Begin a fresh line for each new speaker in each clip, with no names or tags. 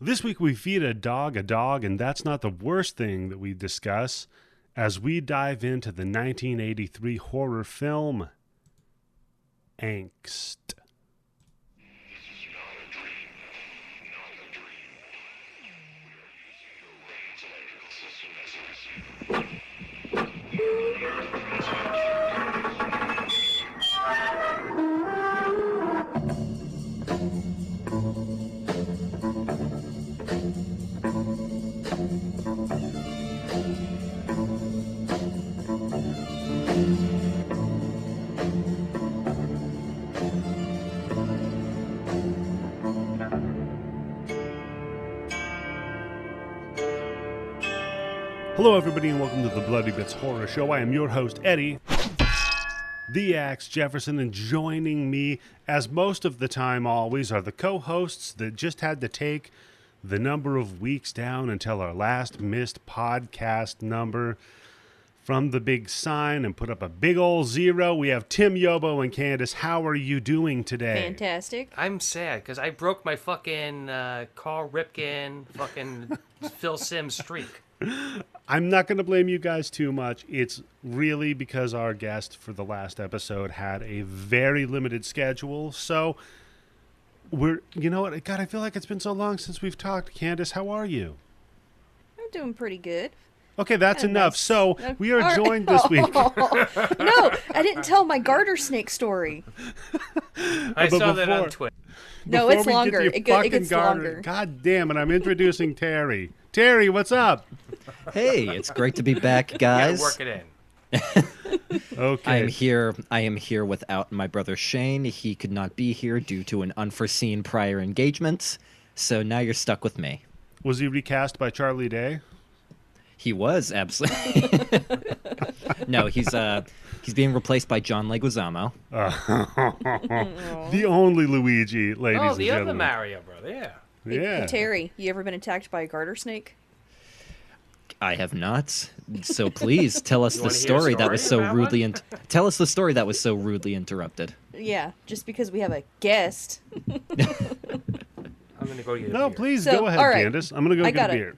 This week we feed a dog a dog, and that's not the worst thing that we discuss as we dive into the 1983 horror film Angst. Hello, everybody, and welcome to the Bloody Bits Horror Show. I am your host, Eddie, the Axe Jefferson, and joining me, as most of the time always, are the co hosts that just had to take the number of weeks down until our last missed podcast number from the big sign and put up a big old zero. We have Tim Yobo and Candace. How are you doing today?
Fantastic.
I'm sad because I broke my fucking uh, Carl Ripken, fucking Phil Sims streak.
I'm not going to blame you guys too much. It's really because our guest for the last episode had a very limited schedule. So we're, you know what? God, I feel like it's been so long since we've talked. Candace, how are you?
I'm doing pretty good.
Okay, that's
I'm
enough.
nice.
So we are
All right.
joined this week.
No, I didn't tell my garter snake story.
I
But
saw that on
before-
Twitter.
No,
before
it's
we get to
longer.
your
It, go- it
fucking
gets
garter-
longer.
God damn it! I'm introducing Terry. Terry, what's up?
Hey, it's great to be back,
Yeah,
guys.
work it in. Oh,
Okay.
I am here. I am here without my brother Shane. He could not be here due to an unforeseen prior engagement. So now you're stuck with me.
Was he recast by Charlie Day?
He was absolutely. no, he's uh, he's being replaced by John Leguizamo.
Oh.
The only Luigi, ladies
Oh,
and
the other
gentlemen.
Mario brother. Yeah.
Hey,
yeah.
Terry, you ever been attacked by a garter snake?
I have not. So please tell us the
wanna hear a
story that was
story
so
about
rudely. In- tell us the story that was so rudely interrupted.
Yeah, just because we have a guest.
I'm gonna go get a
No,
beer.
please
So,
go ahead,
all right.
Candace. I'm gonna go
I
get
got
a
it.
beer.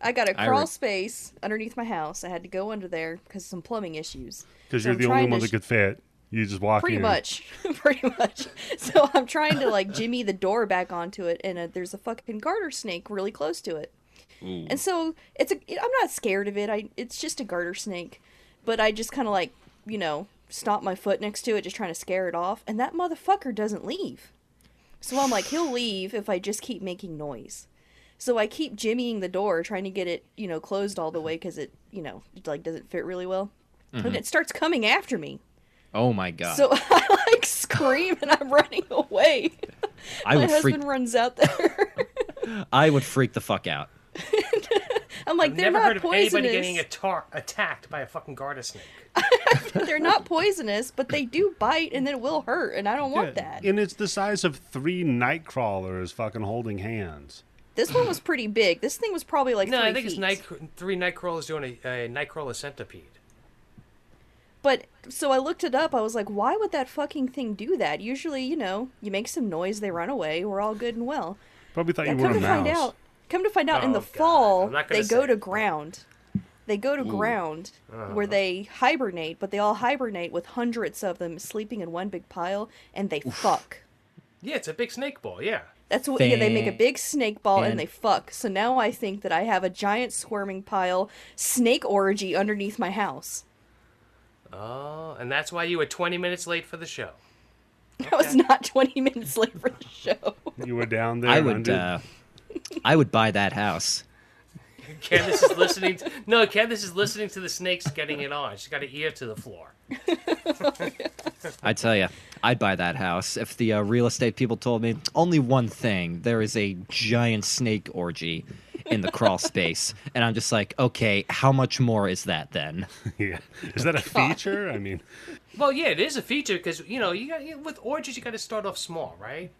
I got a
I
crawl
re-
space underneath my house. I had to go under there because of some plumbing issues.
Because
So
you're
I'm
the only
trying
one
to
that
sh-
could fit. You just walk
Pretty
in.
much, pretty much. So I'm trying to like jimmy the door back onto it, and uh there's a fucking garter snake really close to it. And so it's a. It, I'm not scared of it. I. It's just a garter snake, but I just kind of like you know stomp my foot next to it, just trying to scare it off. And that motherfucker doesn't leave. So I'm like, he'll leave if I just keep making noise. So I keep jimmying the door, trying to get it, you know, closed all the way because it, you know, it, like doesn't fit really well. And it starts coming after me.
Oh my god!
So I like scream and I'm running away.
I
My
would freak.
husband runs out there.
I would freak the fuck out.
I'm like,
I've
they're
never
not
heard of
poisonous.
anybody getting atar- attacked by a fucking garter snake.
They're not poisonous, but they do bite and then it will hurt, and I don't want that.
And it's the size of three night crawlers fucking holding hands.
This one was pretty big. This thing was probably like
No,
three
I think
feet.
it's night three nightcrawlers doing a, a nightcrawler centipede.
But so I looked it up. I was like, why would that fucking thing do that? Usually, you know, you make some noise, they run away. We're all good and well.
Probably thought
Yeah,
you
come
were a
to find
mouse.
out, come to find out, in
Oh,
the
God.
fall
I'm not gonna
they go
say Uh-huh.
to
it.
ground. They go to ground where they hibernate, but they all hibernate with hundreds of them sleeping in one big pile, and they fuck.
Yeah, it's a big snake ball. Yeah.
That's what yeah, they make a
Fan-
big snake ball and
and-
they fuck. So now I think that I have a giant squirming pile snake orgy underneath my house.
Oh, and that's why you were 20 minutes late for the show.
I was not 20 minutes late for the show.
You were down there.
I would.
under-
Uh, I would buy that house.
Candace is listening. To, no, Candace is listening to the snakes getting it on. She's got an ear to the floor.
I tell you, I'd buy that house if the uh, real estate people told me only one thing: there is a giant snake orgy in the crawl space, and I'm just like, okay, how much more is that then?
yeah. Is that a feature? I mean,
Well, yeah, it is a feature because you know you got you- with orgies you got to start off small, right?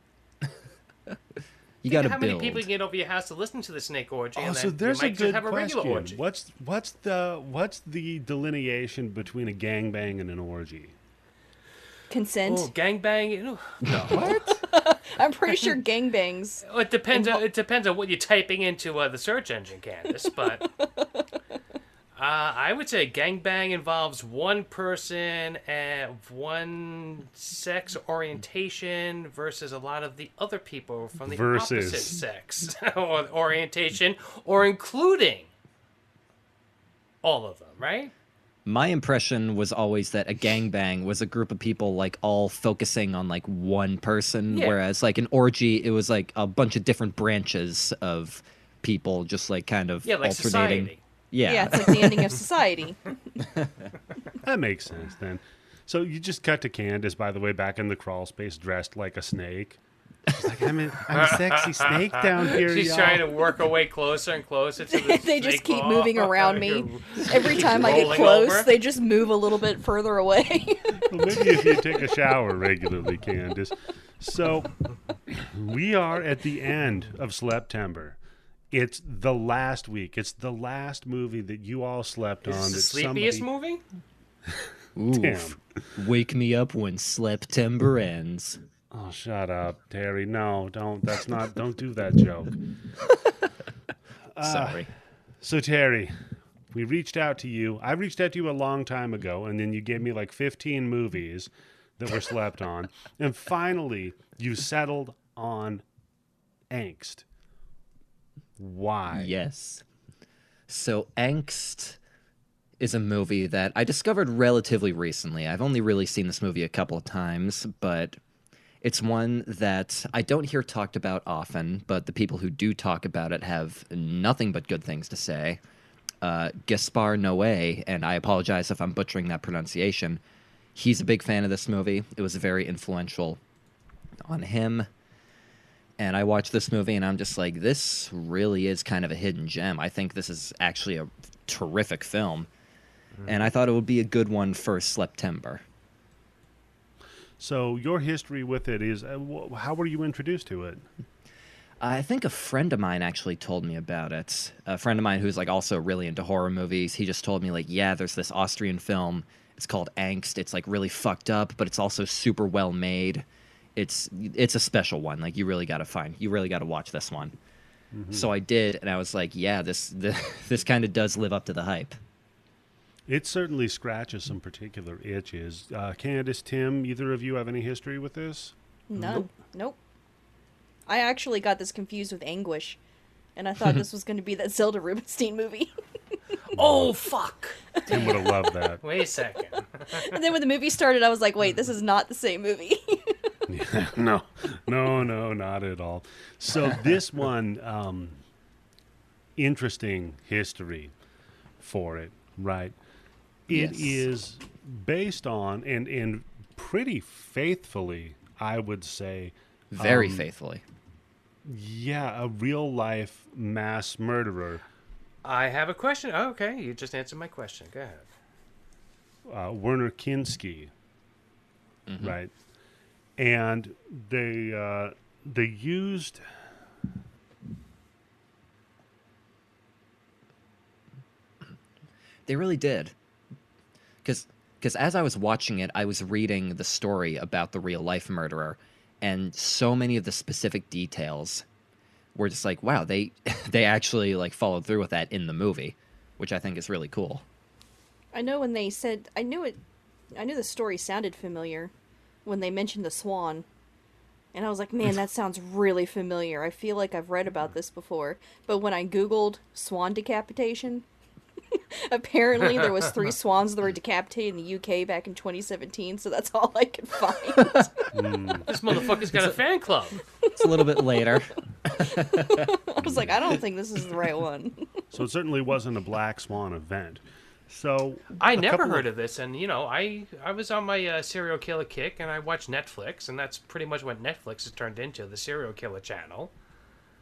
You got
How
to
many
build.
people can get over your house to listen to the snake orgy?
oh,
and
so
then you
there's a
might just
good
have a regular
question.
orgy.
What's what's the what's the delineation between a gangbang and an orgy?
Consent.
Oh, gangbang! you know. No,
I'm pretty sure gangbangs.
Well, it depends. On, it depends on what you're typing into uh, the search engine, Candace. But uh, I would say gangbang involves one person and one sex orientation versus a lot of the other people from the
Versus.
opposite sex or orientation, or including all of them. Right?
My impression was always that a gangbang was a group of people like all focusing on like one person,
Yeah.
whereas like an orgy, it was like a bunch of different branches of people just like kind of
Yeah, like
alternating.
society.
Yeah.
yeah, it's like the ending of society.
That makes sense then. So you just cut to Candace, by the way, back in the crawl space, dressed like a snake. She's like, I'm a, I'm a sexy snake down here,
She's
y'all.
trying to work her way closer and closer to the
they just
snake
keep
ball.
moving around me. Every time I get
rolling
close,
over.
they just move a little bit further away.
Well, maybe if you take a shower regularly, Candace. So we are at the end of September. It's the last week. It's the last movie that you all slept on.
It's the
that
sleepiest
somebody-
movie?
Oof. Wake me up when September ends.
Oh, shut up, Terry. No, don't. That's not. Don't do that joke.
Sorry.
So Terry, we reached out to you. I reached out to you a long time ago, and then you gave me like 15 movies that were slept on, and finally you settled on angst. Why?
Yes. So Angst is a movie that I discovered relatively recently. I've only really seen this movie a couple of times, but it's one that I don't hear talked about often, but the people who do talk about it have nothing but good things to say. Uh, Gaspar Noé, and I apologize if I'm butchering that pronunciation. He's a big fan of this movie. It was very influential on him and I watched this movie and I'm just like, this really is kind of a hidden gem. I think this is actually a terrific film. And I thought it would be a good one for September.
So your history with it is uh, wh- how were you introduced to it?
I think a friend of mine actually told me about it. A friend of mine who's like also really into horror movies. He just told me like, yeah, there's this Austrian film. It's called Angst. It's like really fucked up, but it's also super well made. It's it's a special one. Like you really got to find. You really got to watch this one. So I did and I was like, yeah, this this, this kind of does live up to the hype.
It certainly scratches some particular itches. Uh, Candace, Tim, either of you have any history with this?
None. Nope. I actually got this confused with Anguish, and I thought this was going to be that Zelda Rubinstein movie.
Oh, fuck.
Tim would have loved that.
Wait a second.
and then when the movie started, I was like, wait, this is not the same movie.
no, no, no, not at all. So this one, um, interesting history for it, right? It is
Yes.
based on and and pretty faithfully, I would say,
Very
um,
faithfully.
Yeah, a real life mass murderer.
I have a question. Oh, okay, you just answered my question. Go ahead.
uh, Werner Kinski, right? And they uh, they used.
They really did. Because as I was watching it, I was reading the story about the real life murderer, and so many of the specific details were just like, wow, they they actually like followed through with that in the movie, which I think is really cool.
I know when they said, I knew it, I knew the story sounded familiar when they mentioned the swan. And I was like, man, that sounds really familiar. I feel like I've read about this before. But when I Googled swan decapitation, apparently there was three swans that were decapitated in the UK back in 2017, so that's all I could find.
This motherfucker's got a fan club.
It's a little bit later.
I was like, I don't think this is the right one.
So it certainly wasn't a black swan event. So
I
a
never
couple
heard
of,
of this, and you know, I I was on my uh, serial killer kick, and I watched Netflix, and that's pretty much what Netflix has turned into the serial killer channel.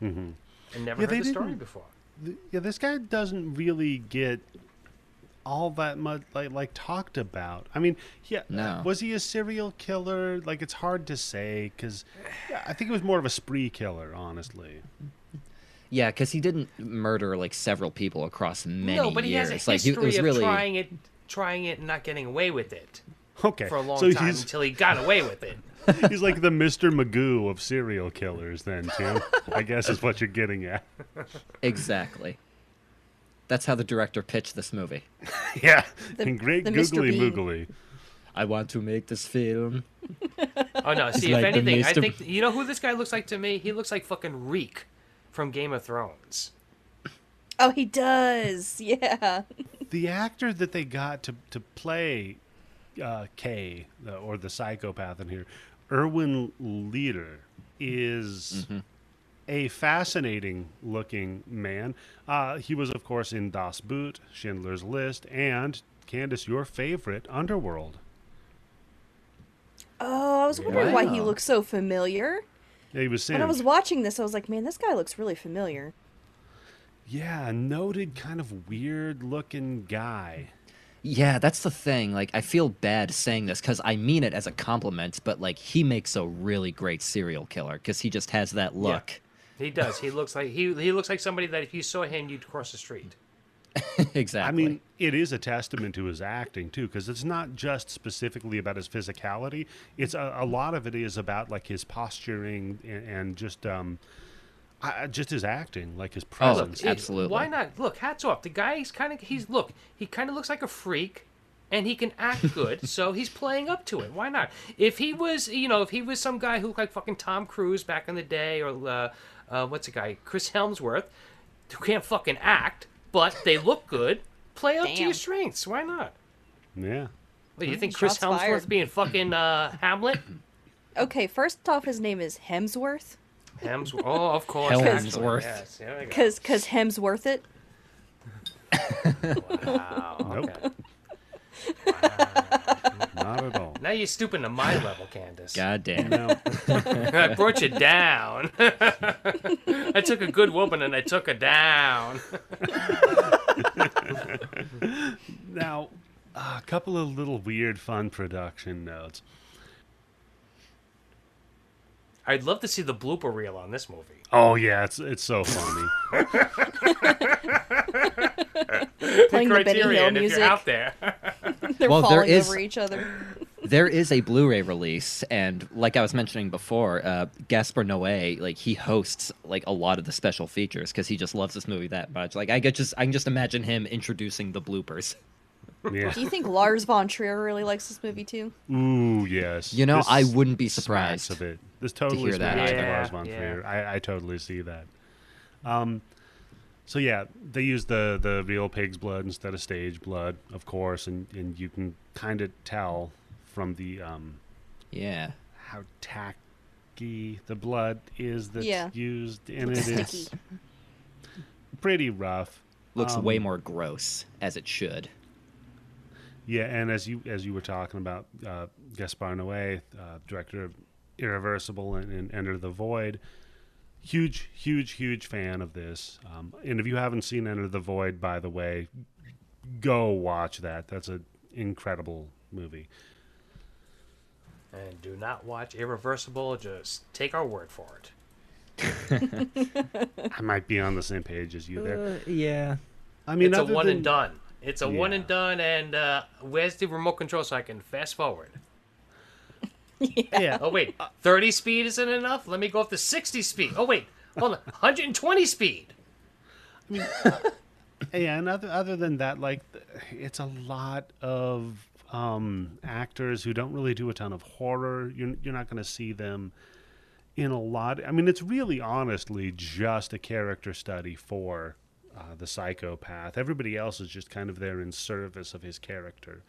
Mm-hmm. And never
Yeah, they
heard the story
didn't-
before.
th- Yeah, this guy doesn't really get all that much like like talked about. I mean, yeah,
No.
was he a serial killer? Like it's hard to say because I think it was more of a spree killer, honestly.
Yeah, because he didn't murder like several people across many
no, but he
years.
has a
like he,
history
it was
of
really
trying it, trying it, and not getting away with it
Okay,
for a long
so
time
he's
until he got away with it.
He's like the Mr. Magoo of serial killers, then, Tim. I guess is what you're getting at.
Exactly. That's how the director pitched this movie.
Yeah.
The-
and great
the Mr.
googly
Bean.
moogly.
I want to make this film.
Oh no! See, if
like the
anything, I
Mr.
think you know who this guy looks like to me. He looks like fucking Reek from Game of Thrones.
Oh, he does. Yeah.
The actor that they got to, to play uh, K, the, or the psychopath in here, Erwin Leader, is a fascinating looking man. Uh, he was, of course, in Das Boot, Schindler's List, and Candace, your favorite, Underworld.
Oh, I was wondering why he
Wow.
looks so familiar.
Yeah, he was
When I was
singed.
watching this, I was like, man, this guy looks really familiar.
Yeah, noted kind of weird looking guy.
Yeah, that's the thing. Like, I feel bad saying this because I mean it as a compliment, but like, he makes a really great serial killer because he just has that look.
He does. He looks like he he looks like somebody that if you saw him, you'd cross the street.
I
exactly.
mean, it is a testament to his acting too, because it's not just specifically about his physicality. It's a, a lot of it is about like his posturing and, and just um, I, I- just his acting, like his
Oh, Look,
presence.
Dude,
absolutely.
Why not? Look, hats off. The guy, he's kind of he's look. He kind of looks like a freak, and he can act good, so he's playing up to it. Why not? If he was, you know, if he was some guy who looked like fucking Tom Cruise back in the day, or uh, uh, what's the guy, Chris Helmsworth, who can't fucking act, but they look good. Play up to
Damn. Mm,
your strengths. Why not?
yeah,
What, you think Chris
Shots
Helmsworth
fired.
being fucking uh, Hamlet?
Okay, first off, his name is Hemsworth.
Hemsworth. Oh, of course. actually,
Helmsworth.
Yes, there we go.
Because cause Hem's worth it.
Wow.
Nope.
Okay.
not at all.
Now you're stooping to my level, Candace.
God damn.
No,
I brought you down. I took a good woman and I took her down.
now a couple of little weird, fun production notes.
I'd love to see the blooper reel on this movie.
Oh yeah, it's it's so funny.
Playing the Benny Hill
Criterion, if
music.
you're out there.
They're
Well, there
falling
is-
over each other.
there is a Blu-ray release, and like I was mentioning before, uh, Gaspar Noé, like he hosts like a lot of the special features because he just loves this movie that much. Like I could just, I can just imagine him introducing the bloopers.
Yeah.
Do you think Lars von Trier really likes this movie too?
Ooh yes.
You know,
This
I wouldn't be
smacks
surprised.
of it. This totally
hear that
smacks of
either.
Lars von
Yeah,
Trier. I, I totally see that. Um, so yeah, they use the the real pig's blood instead of stage blood, of course, and and you can kind of tell from the um
Yeah,
how tacky the blood is that's
Yeah.
used, and
Looks
it is
sticky.
pretty rough.
looks way
Um,
more gross as it should.
Yeah, and as you as you were talking about uh, Gaspar Noé, uh, director of Irreversible and, and Enter the Void, huge, huge, huge fan of this. Um, and if you haven't seen Enter the Void, by the way, go watch that. That's an incredible movie.
And do not watch Irreversible. Just take our word for it.
I might be on the same page as you there.
yeah.
I mean,
it's a
other
one
than-
and done. It's a one
Yeah.
and done. And uh, where's the remote control so I can fast forward?
Yeah,
Oh wait, 30 speed isn't enough. Let me go up to 60 speed. Oh wait, hold on, 120 speed.
yeah and other, other than that like th- it's a lot of um, actors who don't really do a ton of horror you're, you're not going to see them in a lot i mean it's really honestly just a character study for uh, the psychopath everybody else is just kind of there in service of his character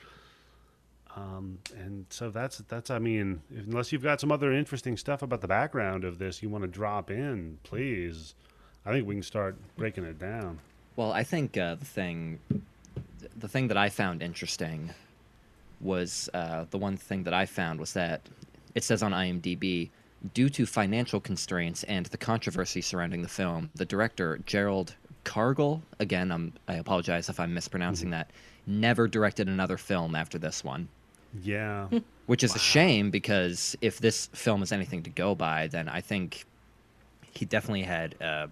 um, and so that's that's i mean if- unless you've got some other interesting stuff about the background of this you want to drop in please i think we can start breaking it down
Well, I think uh, the thing, the thing that I found interesting, was uh, the one thing that I found was that it says on IMDb, due to financial constraints and the controversy surrounding the film, the director Gerald Cargill, again, I'm, I apologize if I'm mispronouncing that, never directed another film after this one.
Yeah.
which is a shame because if this film is anything to go by, then I think he definitely had uh,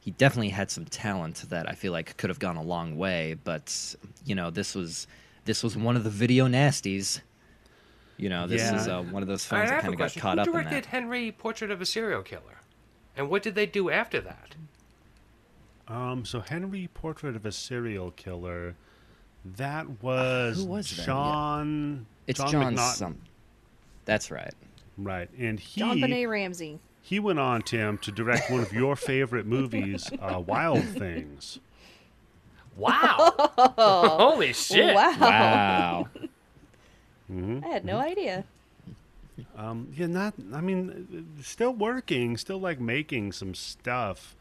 he definitely had some talent that I feel like could have gone a long way. But you know, this was this was one of the video nasties. You know, this
Yeah.
is uh, one of those
I
films that
have
kind
a
of got
question.
caught
Who
up in
directed
that.
Henry Portrait of a Serial Killer? And what did they do after that?
Um, so Henry Portrait of a Serial Killer. That was,
Uh, who was that? Yeah.
Sean.
It's
John,
John
McNaught-
some. That's right.
Right, and he
John Benet Ramsey.
he went on Tim to direct one of your favorite movies, uh, Wild Things.
Wow! Holy shit!
Wow.
Wow.
Mm-hmm.
I had no idea.
Um, yeah, not. I mean, still working, still like making some stuff,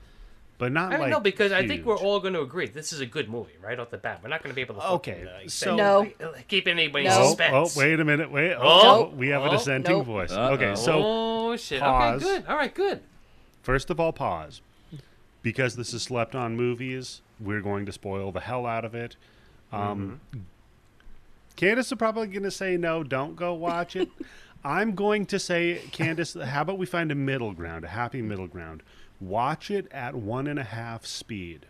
but not
I don't
like.
know because I think we're
huge.
all going to agree this is a good movie right off the bat. We're not going to be able to
Okay,
fucking, uh,
so-
No.
keep anybody in
No.
Oh,
suspense.
oh, wait a minute, wait. Oh,
Nope.
we have a
Nope.
dissenting
Nope.
voice.
Uh-oh.
Okay, so
oh shit!
pause.
Okay, good. All right, good.
First of all, pause. Because this is slept on movies, we're going to spoil the hell out of it. Um,
Mm-hmm.
Candace is probably going to say, no, don't go watch it. I'm going to say, Candace, how about we find a middle ground, a happy middle ground? Watch it at one and a half speed.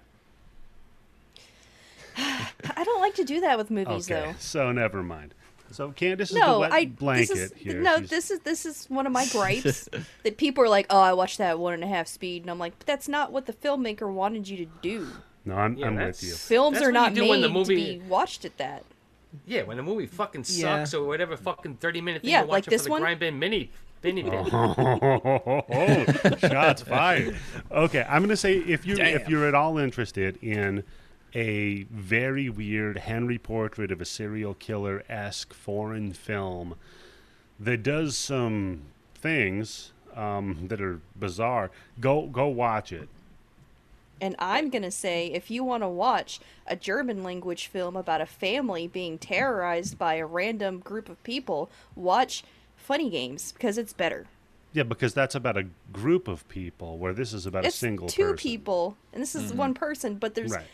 I don't like to do that with movies
Okay, so never mind. So Candace
though.
is the
No,
wet
I
blanket
this is,
here.
No,
She's-
this is this is one of my gripes that people are like, "Oh, I watched that at one and a half speed," and I'm like, "But that's not what the filmmaker wanted you to do.
no, I'm,
Yeah,
I'm with
that's-
you.
Films
That's
are
what
not
you
made
do when the movie-
to be watched at that."
Yeah, when the movie fucking sucks
Yeah.
or whatever fucking thirty minute thing
Yeah,
you're
like
watching
this
for the
one.
grind bin mini mini
Oh.
bin.
Shots fired. Okay, I'm gonna say if you if
Damn.
you're at all interested in a very weird Henry portrait of a serial killer esque foreign film that does some things um, that are bizarre, go go watch it.
And I'm gonna say, if you want to watch a German language film about a family being terrorized by a random group of people, watch Funny Games because it's better.
Yeah, because that's about a group of people, where this is about
it's
a single
two
person.
people, and this is one person, but there's
Right.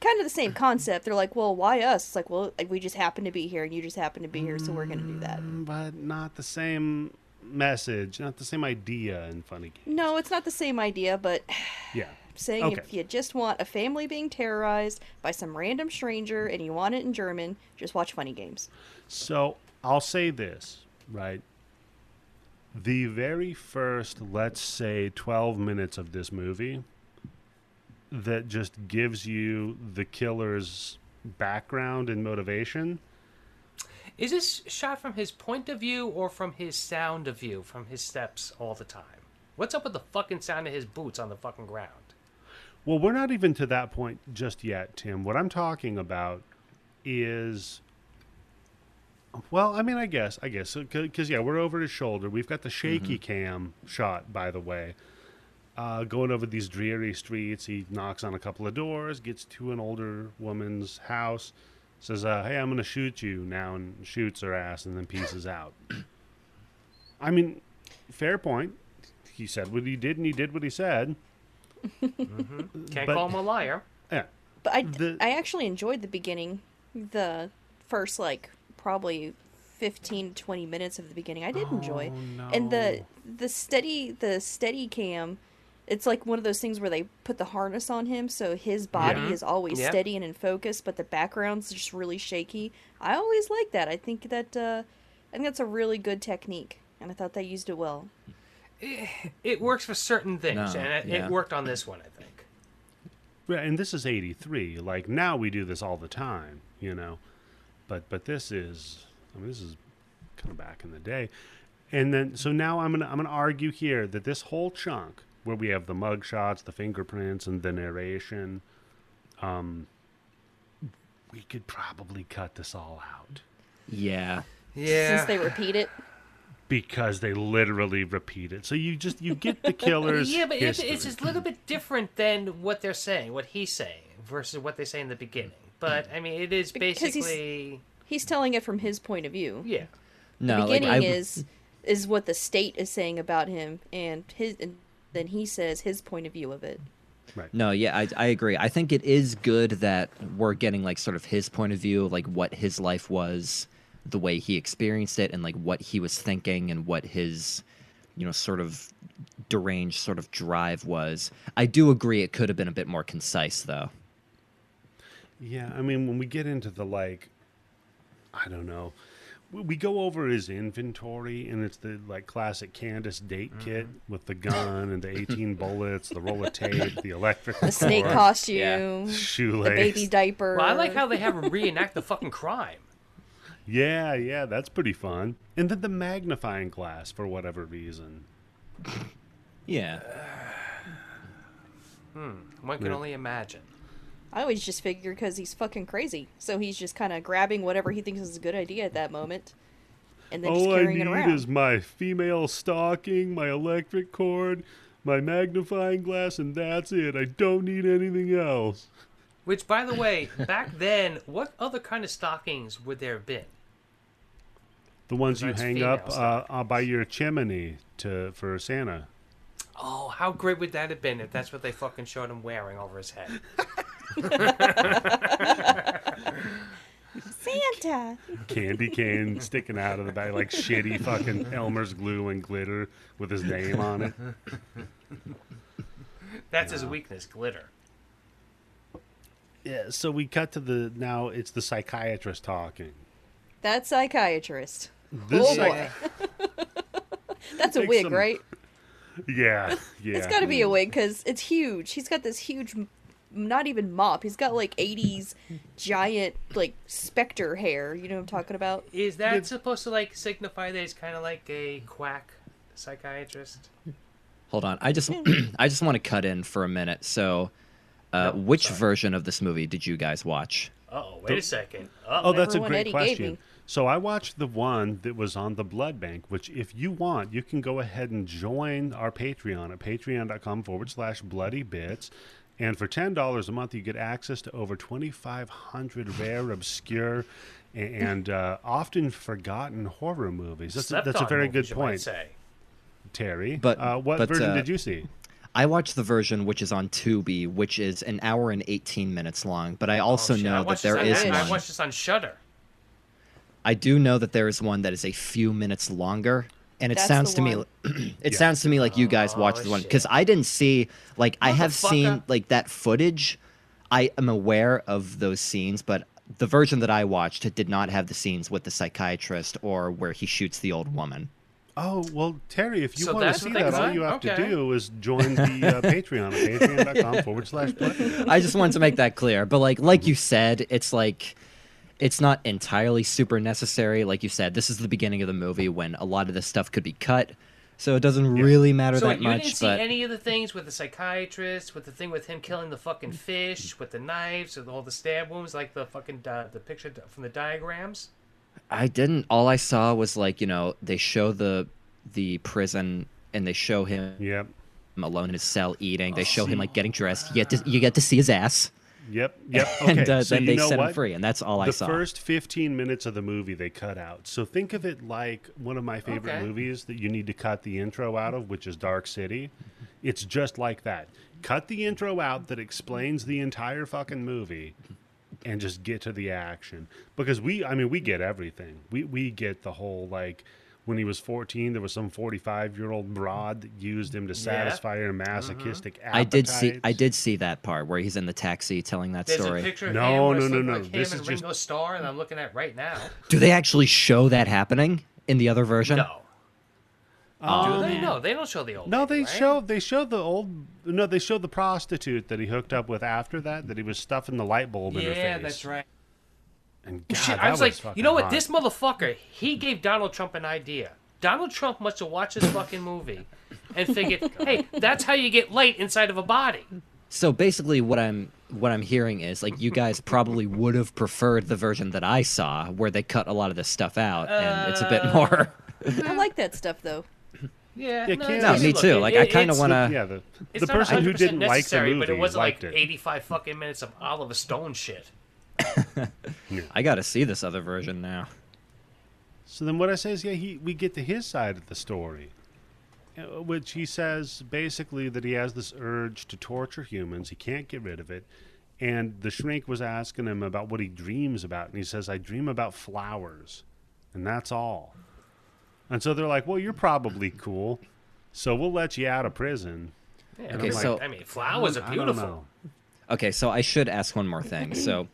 kind of the same concept. They're like, "Well, why us?" It's like, "Well, we just happen to be here, and you just happen to be here, so we're gonna do that."
but not the same message, not the same idea in Funny Game.
No, it's not the same idea, but
Yeah,
saying
Okay.
if you just want a family being terrorized by some random stranger and you want it in German, just watch Funny Games.
So I'll say this, right? The very first, let's say, 12 minutes of this movie that just gives you the killer's background and motivation.
Is this shot from his point of view or from his sound of view, from his steps all the time? What's up with the fucking sound of his boots on the fucking ground?
Well, we're not even to that point just yet, Tim. What I'm talking about is. Well, I mean, I guess, I guess, because yeah, we're over his shoulder. We've got the shaky cam shot, by the way, uh, going over these dreary streets. He knocks on a couple of doors, gets to an older woman's house, says, uh, "Hey, I'm going to shoot you now," and shoots her ass, and then pieces out. I mean, fair point. He said what he did, and he did what he said.
Can't
But-
call him a liar.
Yeah.
But I,
The-
I actually enjoyed the beginning, the first like probably 15 20 minutes of the beginning. I did enjoy.
Oh,
And the
no.
the steady the steady cam it's like one of those things where they put the harness on him so his body
Yeah.
is always
Yep.
steady and in focus but the background's just really shaky. I always like that. I think that uh I think that's a really good technique and I thought they used it well.
It works for certain things,
No,
and it,
yeah.
it worked on this one, I think.
Yeah, and this is '83. Like now we do this all the time, you know. But but this is, I mean, this is kind of back in the day. And then so now I'm gonna I'm gonna argue here that this whole chunk where we have the mug shots, the fingerprints, and the narration, um, we could probably cut this all out
Yeah.
Yeah.
Since they repeat it.
because they literally repeat it. So you just you get the killer's
yeah, but it's,
history.
it's a little bit different than what they're saying, what he's saying, versus what they say in the beginning. But I mean, it is
Because he's-
basically
He's telling it from his point of view.
yeah.
No,
Uh,
like,
beginning
I-
is is what the state is saying about him and his and then he says his point of view of it
No, yeah, I, I agree. I think it is good that we're getting like sort of his point of view, like what his life was, the way he experienced it, and like what he was thinking and what his, you know, sort of deranged sort of drive was. I do agree it could have been a bit more concise though.
Yeah, I mean, when we get into the like, I don't know, we go over his inventory, and it's the like classic Candace date
Mm-hmm.
kit with the gun and the eighteen bullets, the roll of tape, the electric
The snake
cord,
costume, the
shoelace.
baby diaper.
Well, I like how they have him reenact the fucking crime.
Yeah, yeah, that's pretty fun. And then the magnifying glass for whatever reason.
Yeah.
One can
Yeah.
only imagine.
I always just figure because he's fucking crazy, so he's just kind of grabbing whatever he thinks is a good idea at that moment, and then just
All I
carrying
need
it around.
is my female stocking, my electric cord, my magnifying glass, and that's it. I don't need anything else.
Which, by the way, back then, what other kind of stockings would there have been?
The ones you
That's
hang
female
up uh, uh, by your chimney to for Santa.
Oh, how great would that have been if that's what they fucking showed him wearing over his head?
Santa.
Candy cane sticking out of the bag like shitty fucking Elmer's glue and glitter with his name on it.
That's his weakness, glitter.
Yeah, so we cut to the now it's the psychiatrist talking.
That psychiatrist.
This
Oh, boy. That's a
Take
wig,
some-
right?
Yeah, yeah.
It's got to be a wig because it's huge. He's got this huge, m- not even mop. He's got like '80s giant like specter hair. You know what I'm talking about?
Is that supposed to like signify that he's kind of like a quack psychiatrist?
Hold on. I just I just want to cut in for a minute. So, uh, which version of this movie did you guys watch?
Oh, wait a second.
Oh,
Uh-oh.
that's a
Everyone
great
Eddie gave
question.
me.
So I watched the one that was on the blood bank, which if you want, you can go ahead and join our Patreon at patreon.com forward slash bloody bits. And for $10 a month, you get access to over 2,500 rare, obscure, a- and uh, often forgotten horror movies. That's, a,
Slept
that's a
on
very
movies,
good
you might
point,
Say.
Terry.
But-
uh, what
but,
version
uh,
did you see?
I watched the version which is on Tubi, which is an hour and 18 minutes long, but I also
Oh, shit, I
know that
watched
there
this
is
on, I
one.
watched this on Shudder.
I do know that there is one that is a few minutes longer, and it
That's the
sounds to me
one.
it
Yeah.
sounds to me like you guys
Oh,
watched the one cuz
shit.
I didn't see like I have
Motherfucker.
seen like that footage. I am aware of those scenes, but the version that I watched it did not have the scenes with the psychiatrist or where he shoots the old woman.
Oh, well, Terry, if you
So
want to
that's
see
what they
that, all
got?
you have to
Okay.
do is join the uh, Patreon at patreon.com forward slash blood bank.
I just wanted to make that clear. But like like you said, it's like it's not entirely super necessary. Like you said, this is the beginning of the movie when a lot of this stuff could be cut. So it doesn't really matter
So
that
you
much.
didn't see
but
any of the things with the psychiatrist, with the thing with him killing the fucking fish, with the knives, with all the stab wounds, like the fucking di- the picture di- from the diagrams.
I didn't all I saw was like, you know, they show the the prison and they show him
Yep.
alone in his cell eating. They show him like
Oh.
getting dressed. You get to you get to see his ass.
Yep. Yep. Okay.
And uh,
so
then
you
they
know
set
what?
him free and that's all I
the
saw.
first 15 minutes of the movie they cut out. So think of it like one of my favorite
Okay.
movies that you need to cut the intro out of, which is Dark City. It's just like that. Cut the intro out that explains the entire fucking movie and just get to the action because we I mean we get everything. We we get the whole like when he was 14 there was some 45-year-old broad that used him to satisfy her masochistic appetite.
I did see I did see that part where he's in the taxi telling that
There's
story.
a picture of
No,
him, where it's
no, no,
looking
no,
like him
this
and
is just-
Ringo Starr, and I'm looking at right now.
Do they actually show that happening in the other version?
No,
Oh,
do they?
man.
No, they don't show the old.
No,
lady,
they
right?
show they show the old no, they show the prostitute that he hooked up with after that that he was stuffing the light bulb in her face.
Yeah, that's right.
And God,
Shit,
that
I was like,
fucking
you know what?
hot.
This motherfucker, he gave Donald Trump an idea. Donald Trump must have watched this fucking movie and figured, hey, that's how you get light inside of a body.
So basically, what I'm what I'm hearing is like you guys probably would have preferred the version that I saw, where they cut a lot of this stuff out, and it's a bit
Uh.
more.
I like that stuff though.
Yeah,
Yeah,
no,
Candace-
No,
it's-
me
look,
too.
it-
Like I
it-
kind of
it's-
want to.
yeah, the, the
It's not
person who
100%
didn't like the
necessary,
movie
but it wasn't
liked
like
it.
85 fucking minutes of Oliver Stone shit.
I got to see this other version now.
So then what I say is, yeah, he we get to his side of the story, uh, which he says basically that he has this urge to torture humans. He can't get rid of it. And the shrink was asking him about what he dreams about, and he says, "I dream about flowers, and that's all." And so they're like, "Well, you're probably cool, so we'll let you out of prison."
Yeah,
Okay,
I'm like,
so-
I mean, flowers are
I don't
beautiful.
know.
Okay, so I should ask one more thing. So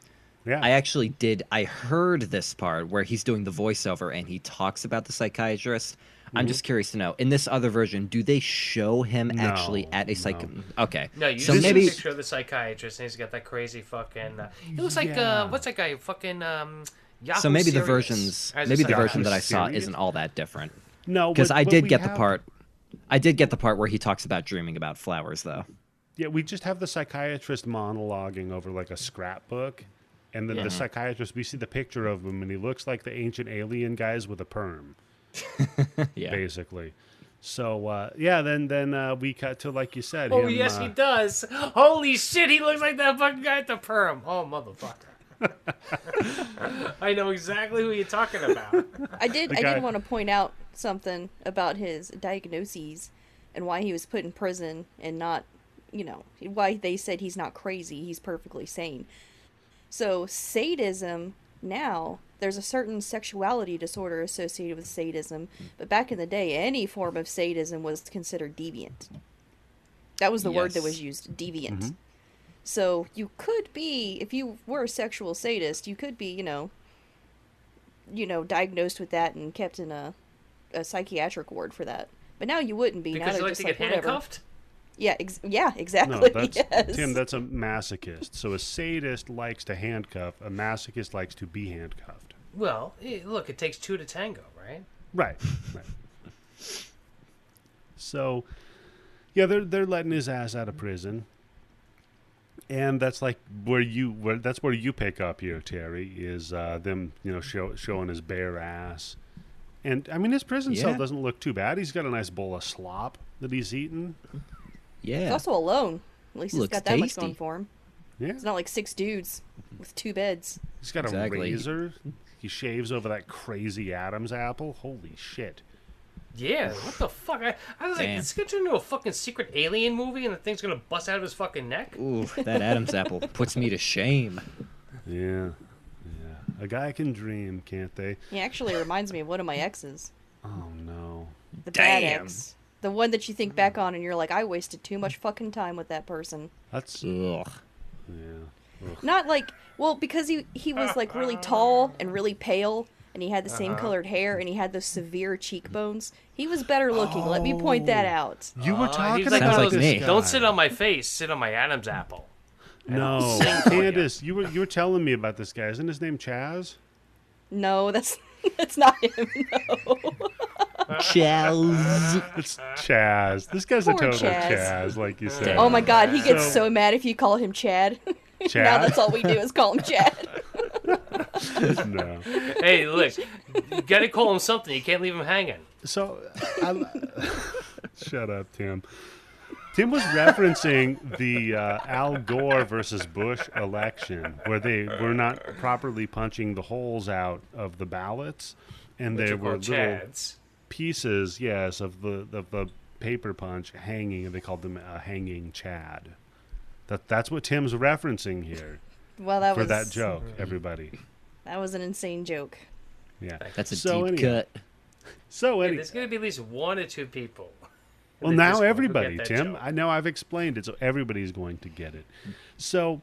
Yeah.
I actually did. I heard this part where he's doing the voiceover and he talks about the psychiatrist. I'm
Mm-hmm.
just curious to know in this other version, do they show him actually
No,
at a psych?
no.
Okay,
No, you
so
just
maybe
see a picture of the psychiatrist, and he's got that crazy fucking. Uh, he looks like
Yeah.
uh, what's that guy? Fucking um. Yahoo
so maybe the
Serious
versions
as a
maybe the
psychiatrist.
version that I saw
Serious?
isn't all that different
No,
because
but-
I
but
did
we
get the
have-
part. I did get the part where he talks about dreaming about flowers, though.
Yeah, we just have the psychiatrist monologuing over like a scrapbook, and then the psychiatrist. We see the picture of him, and he looks like the ancient alien guys with a perm,
Yeah.
basically. So uh, yeah, then then uh, we cut to like you said.
Oh
him,
yes,
uh,
he does. Holy shit, he looks like that fucking guy at the perm. Oh motherfucker. I know exactly who you're talking about.
I did. I
guy-
did want to point out something about his diagnoses and why he was put in prison and not, you know, why they said he's not crazy. He's perfectly sane. So sadism now there's a certain sexuality disorder associated with sadism, but back in the day, any form of sadism was considered deviant. That was the word that
Yes.
was used, deviant. So you could be, if you were a sexual sadist, you could be, you know, you know, diagnosed with that and kept in a, a psychiatric ward for that. But now you wouldn't be. now
Because you
they're
like
just
to get
whatever.
handcuffed?
Yeah, ex- yeah, exactly.
No, that's
yes.
Tim. That's a masochist. So a sadist likes to handcuff. A masochist likes to be handcuffed.
Well, eh, look, it takes two to tango, right?
Right. Right. so, yeah, they're they're letting his ass out of prison, and that's like where you where that's where you pick up here, Terry, is uh, them you know show, showing his bare ass, and I mean his prison cell
Yeah.
doesn't look too bad. He's got a nice bowl of slop that he's eating.
Yeah.
He's also alone. At least he's
Looks
got that much
tasty.
going for him.
Yeah,
It's not like six dudes with two beds.
he's got a
Exactly.
razor. He shaves over that crazy Adam's apple. Holy shit!
Yeah, what the fuck? I, I was like,
Damn.
it's gonna turn into a fucking secret alien movie and the thing's gonna bust out of his fucking neck?
Ooh, that Adam's apple puts me to shame.
Yeah, yeah. A guy can dream, can't they?
He actually reminds me of one of my exes,
Oh no.
the bad
Damn.
ex, the one that you think back on and you're like, I wasted too much fucking time with that person.
That's
Ugh.
yeah. Ugh.
Not like, well, because he he
Uh,
was like really tall and really pale. And he had the
Uh-huh.
same colored hair, and he had those severe cheekbones. He was better looking. Let me point that
Oh.
out.
You were
Uh,
talking
he's like,
about
Sounds like
this
me.
guy.
Don't sit on my face, sit on my Adam's apple.
No, Candace, you were you were telling me about this guy. Isn't his name Chaz?
No, that's that's not him. No.
Chels.
It's Chaz. This guy's a
Poor
total Chaz.
Chaz.
like you said.
Oh my God, he gets
So-
so mad if you call him Chad. now
Chad?
that's all we do is call him Chad.
No.
Hey, look, you gotta call him something. You can't leave him hanging.
So, I, shut up, Tim. Tim was referencing the uh, Al Gore versus Bush election, where they were not properly punching the holes out of the ballots, and there
Or
were little
Chads.
pieces, yes, of the of the paper punch hanging, and they called them a hanging Chad. That that's what Tim's referencing here
Well, that
for
was
that joke, everybody.
That was an insane joke.
Yeah,
That's a
so
deep
anyhow-
cut.
So
Hey,
anyway,
there's gonna be at least one or two people.
well
that just
now
won't
everybody,
get that
Tim.
joke.
I know I've explained it, so everybody's going to get it. So.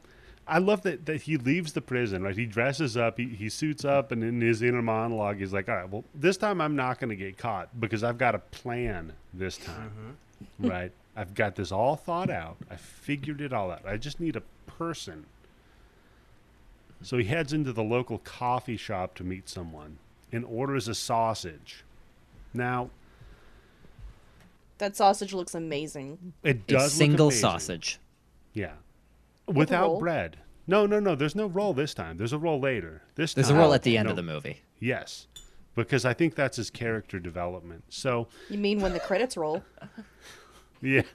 I love that, that he leaves the prison, right? He dresses up, he, he suits up, and in his inner monologue, he's like, All right, well, this time I'm not going to get caught because I've got a plan this time.
Mm-hmm.
right? I've got this all thought out. I figured it all out. I just need a person. So he heads into the local coffee shop to meet someone and orders a sausage. Now,
That sausage looks amazing.
it
A
does look
single
amazing.
sausage.
Yeah. Without
roll?
bread. No, no, no. There's no roll this time. There's a roll later. This
There's a
time-
roll at the end
Oh, no.
of the movie.
Yes. Because I think that's his character development. So
You mean when the credits roll?
Yeah,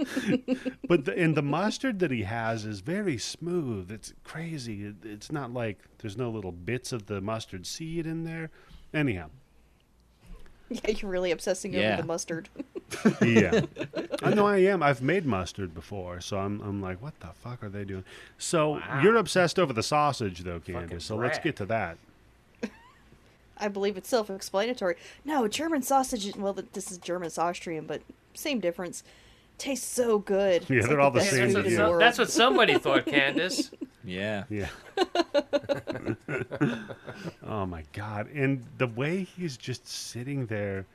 but the, and the mustard that he has is very smooth. It's crazy. It, it's not like there's no little bits of the mustard seed in there. Anyhow,
Yeah, you're really obsessing
Yeah.
over the mustard.
yeah, I know I am. I've made mustard before, so I'm I'm like, what the fuck are they doing? So you're obsessed over the sausage, though, Candace. So let's
brat.
get to that.
I believe it's self-explanatory. No, German sausage. is- Well, th- this is German it's Austrian, but same difference. Tastes so good.
Yeah,
It's
they're
like
all the
best
same to
food
That's
in
what,
you.
the
some-
world.
that's what somebody thought, Candace.
Yeah.
Yeah. oh my god. And the way he's just sitting there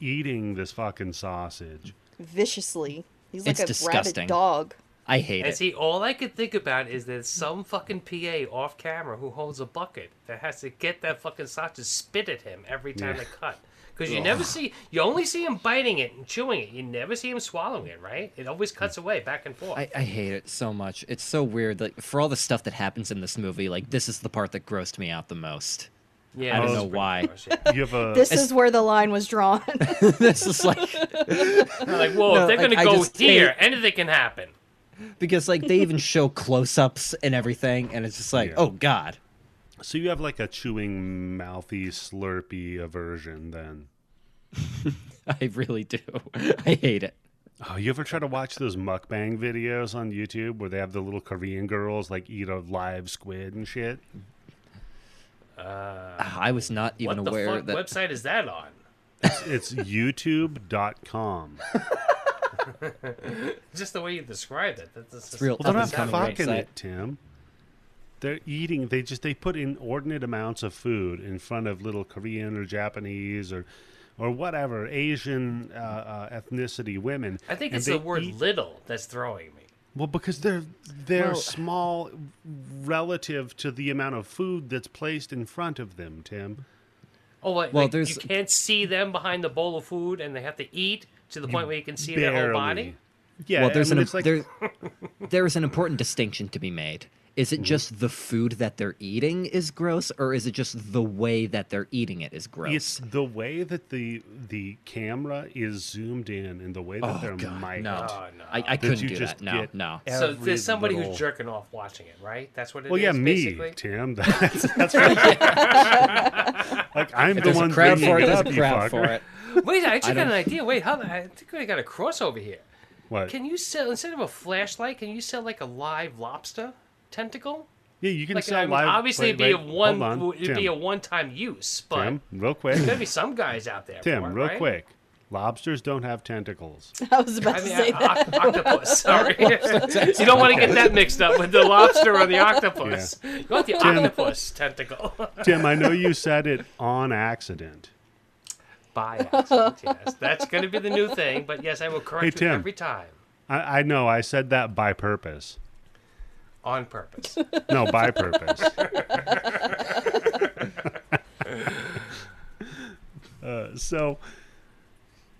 eating this fucking sausage.
viciously. He's like
It's
a
disgusting.
rabid dog.
I hate
And
it.
see, all I could think about is there's some fucking PA off camera who holds a bucket that has to get that fucking sausage spit at him every time they cut. Because you never see, you only see him biting it and chewing it. You never see him swallowing it, right? It always cuts away back and forth.
I, I hate it so much. It's so weird. Like for all the stuff that happens in this movie, like this is the part that grossed me out the most.
yeah,
I don't
this
know
is pretty
why.
gross, yeah.
You have a
This is where the line was drawn.
this is like
They're like, whoa,
No,
if they're
like,
gonna
I
go
just hate-
here, anything can happen.
because like they even show close-ups and everything, and it's just like,
Yeah.
oh god.
so you have like a chewing mouthy slurpy aversion then.
I really do. I hate it.
Oh, you ever try to watch those mukbang videos on YouTube where they have the little Korean girls like eat a live squid and shit?
Ah, I was not even
what the
aware
fuck
that
website is that on?
It's youtube.com.
Just the way you described it. That's, that's
real
Well, they're
Up
not
and coming
fucking
website.
it, Tim. They're eating. They just they put inordinate amounts of food in front of little Korean or Japanese or, or whatever Asian uh, uh, ethnicity women.
I think
and
it's the
they
word
eat-
little that's throwing me.
well, because they're they're
Well-
small relative to the amount of food that's placed in front of them, Tim.
Oh, like,
Well,
like,
there's-
you can't see them behind the bowl of food, and they have to eat to the point where you can see their whole body.
Yeah,
well, there's
I mean,
an
it's like
there, there is an important distinction to be made. Is
Mm-hmm.
it just the food that they're eating is gross, or is it just the way that they're eating it is gross?
It's the way that the the camera is zoomed in and the way that they're mic'd.
no,
Oh, no.
I, I
That
couldn't
you
do
just
that. No,
get
no.
So
Every
there's somebody
little-
who's jerking off watching it, right? That's what it is.
Well, yeah, me,
basically?
Tim. That's, that's right. like I'm the
There's
one
a crowd
bringing
for it.
it
There's
up,
a
you
crowd
fucker.
for it.
Wait, I actually got
don't-
an idea. Wait, how? I think we got a crossover here.
What?
Can you sell instead of a flashlight? Can you sell like a live lobster tentacle?
yeah, you can
Like,
sell
I mean,
live.
obviously,
wait,
it'd be
wait,
a one.
hold on,
it'd
Tim,
be a one-time use, but
Tim, real
there's gonna
quick.
be some guys out there. for it,
Tim, real
right?
quick. Lobsters don't have tentacles.
I was about
I
to
mean,
say that.
oc- octopus. Sorry, you don't want to get that mixed up with the lobster or the octopus. You want the octopus tentacle
Tim, I know you said it on accident.
by accident. Yes, that's going to be the new thing. But yes, I will correct
Hey,
you
Tim.
every time
I, I know I said that by purpose.
on purpose.
No, by purpose. uh, so,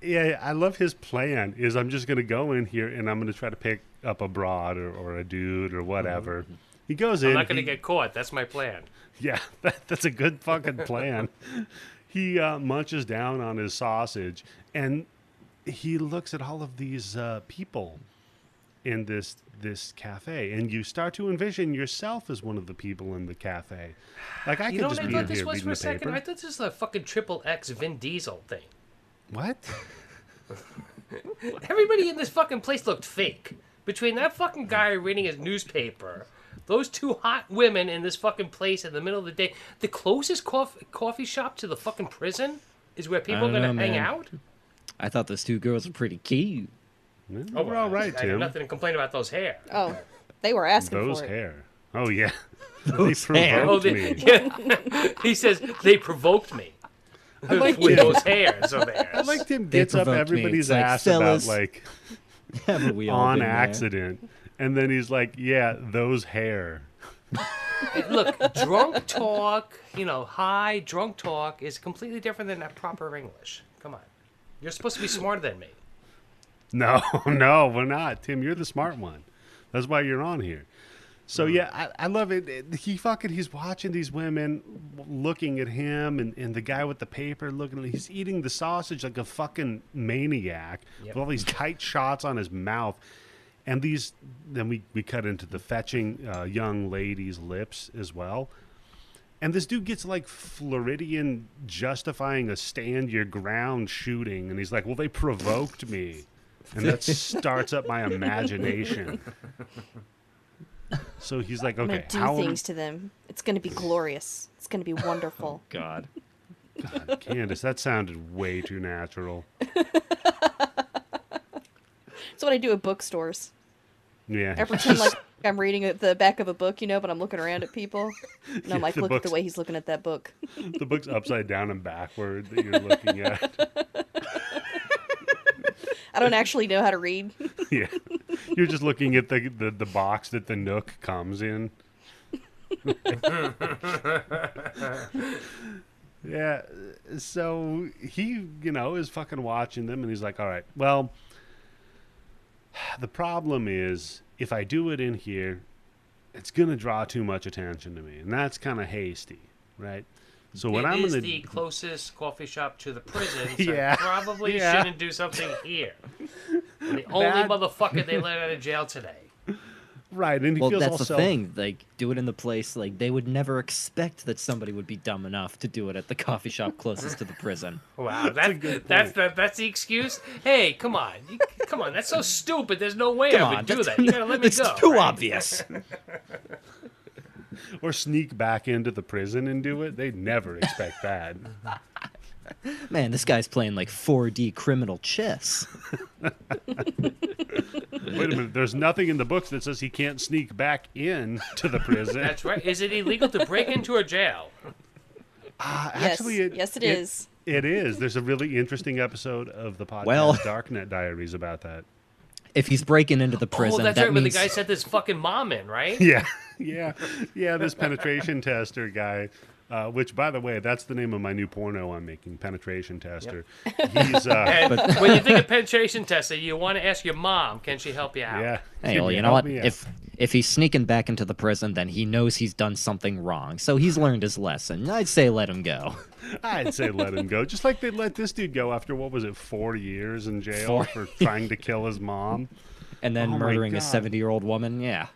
yeah, I love his plan. Is I'm just gonna go in here and I'm gonna try to pick up a broad or, or a dude or whatever. He goes in.
Mm-hmm. I'm not going to
he-
get caught. That's my plan.
Yeah, that, that's a good fucking plan. he uh, munches down on his sausage and he looks at all of these uh, people in this this cafe, and you start to envision yourself as one of the people in the cafe. Like I could
You know what
just
I
be in
thought this
here
was
reading
for a
the
second?
paper.
I thought this was a fucking triple X Vin Diesel thing.
What?
Everybody in this fucking place looked fake. Between that fucking guy reading his newspaper, those two hot women in this fucking place in the middle of the day, the closest coff coffee shop to the fucking prison is where people are
don't
gonna
know,
hang
man.
out.
I thought those two girls were pretty cute.
Oh, we're all right,
I have
Tim.
nothing to complain about those hair.
Oh, they were asking
Those
for it.
hair. Oh yeah,
Those
they
hair.
Oh,
provoked
they,
me.
yeah. he says they provoked me
like Tim.
with those hairs of theirs.
I like Tim gets up
provoked me.
everybody's
It's like,
ass
"Fellas,
about like
Haven't we all
on
been there?
accident, and then he's like, "Yeah, those hair."
Look, drunk talk, you know, high drunk talk is completely different than that proper English. Come on, you're supposed to be smarter than me.
No, no, we're not. Tim, you're the smart one. That's why you're on here. So yeah, I, I love it. It- He fucking he's watching these women w- looking at him and, and the guy with the paper looking at he's eating the sausage like a fucking maniac with all these tight shots on his mouth. And these then we, we cut into the fetching uh, young lady's lips as well. And this dude gets like Floridian justifying a stand your ground shooting, and he's like, "Well, they provoked me," and that starts up my imagination. So he's like,
I'm
"Okay,
gonna do
how am,
things to them. It's gonna be glorious. It's gonna be wonderful.
God.
Candace? That sounded way too natural."
That's what I do at bookstores.
Yeah,
I pretend like I'm reading at the back of a book, you know, but I'm looking around at people. And I'm
Yeah,
like,
the
look at
books.
the way he's looking at that book.
the book's upside down and backward that you're looking at.
I don't actually know how to read.
yeah. You're just looking at the, the, the box that the nook comes in. yeah. So he, you know, is fucking watching them and he's like, all right, well, the problem is if I do it in here, it's going to draw too much attention to me. And that's kind of hasty, right? So what
It
I'm
is
going to
the closest coffee shop to the prison, so
Yeah.
I probably
Yeah.
shouldn't do something here. I'm the only
That-
motherfucker they let out of jail today.
right, and he
Well,
feels
that's
also
the thing. Like, do it in the place. Like, they would never expect that somebody would be dumb enough to do it at the coffee shop closest to the prison.
Wow, that's
good
that's the that's the excuse. Hey, come on, You- come on, that's so stupid. There's no way
Come
I would
on,
do
that's-
that. You gotta let me
it's
go.
too
right?
obvious.
or sneak back into the prison and do it. They'd never expect that.
Man, this guy's playing like 4D criminal chess.
Wait a minute, there's nothing in the books that says he can't sneak back in to the prison.
That's right. Is it illegal to break into a jail?
Actually, it-
yes, yes,
it-
it is.
It is. There's a really interesting episode of the podcast
Well-
Darknet Diaries about that.
If he's breaking into the prison,
oh, that's
that
right. When the
means
guy sent this fucking mom in, right?
Yeah, yeah, yeah. This penetration tester guy, uh, which, by the way, that's the name of my new porno I'm making. Penetration tester. He's uh,
And when you think of penetration testing, you want to ask your mom, can she help you out?
yeah.
Hey,
Can
well, you know
help
what?
me out?
If if he's sneaking back into the prison, then he knows he's done something wrong. So he's learned his lesson. I'd say let him go.
I'd say let him go, just like they let this dude go after what was it, four years in jail
Four-
for trying to kill his mom.
And then
Oh my
murdering a
God.
70 year old woman. Yeah.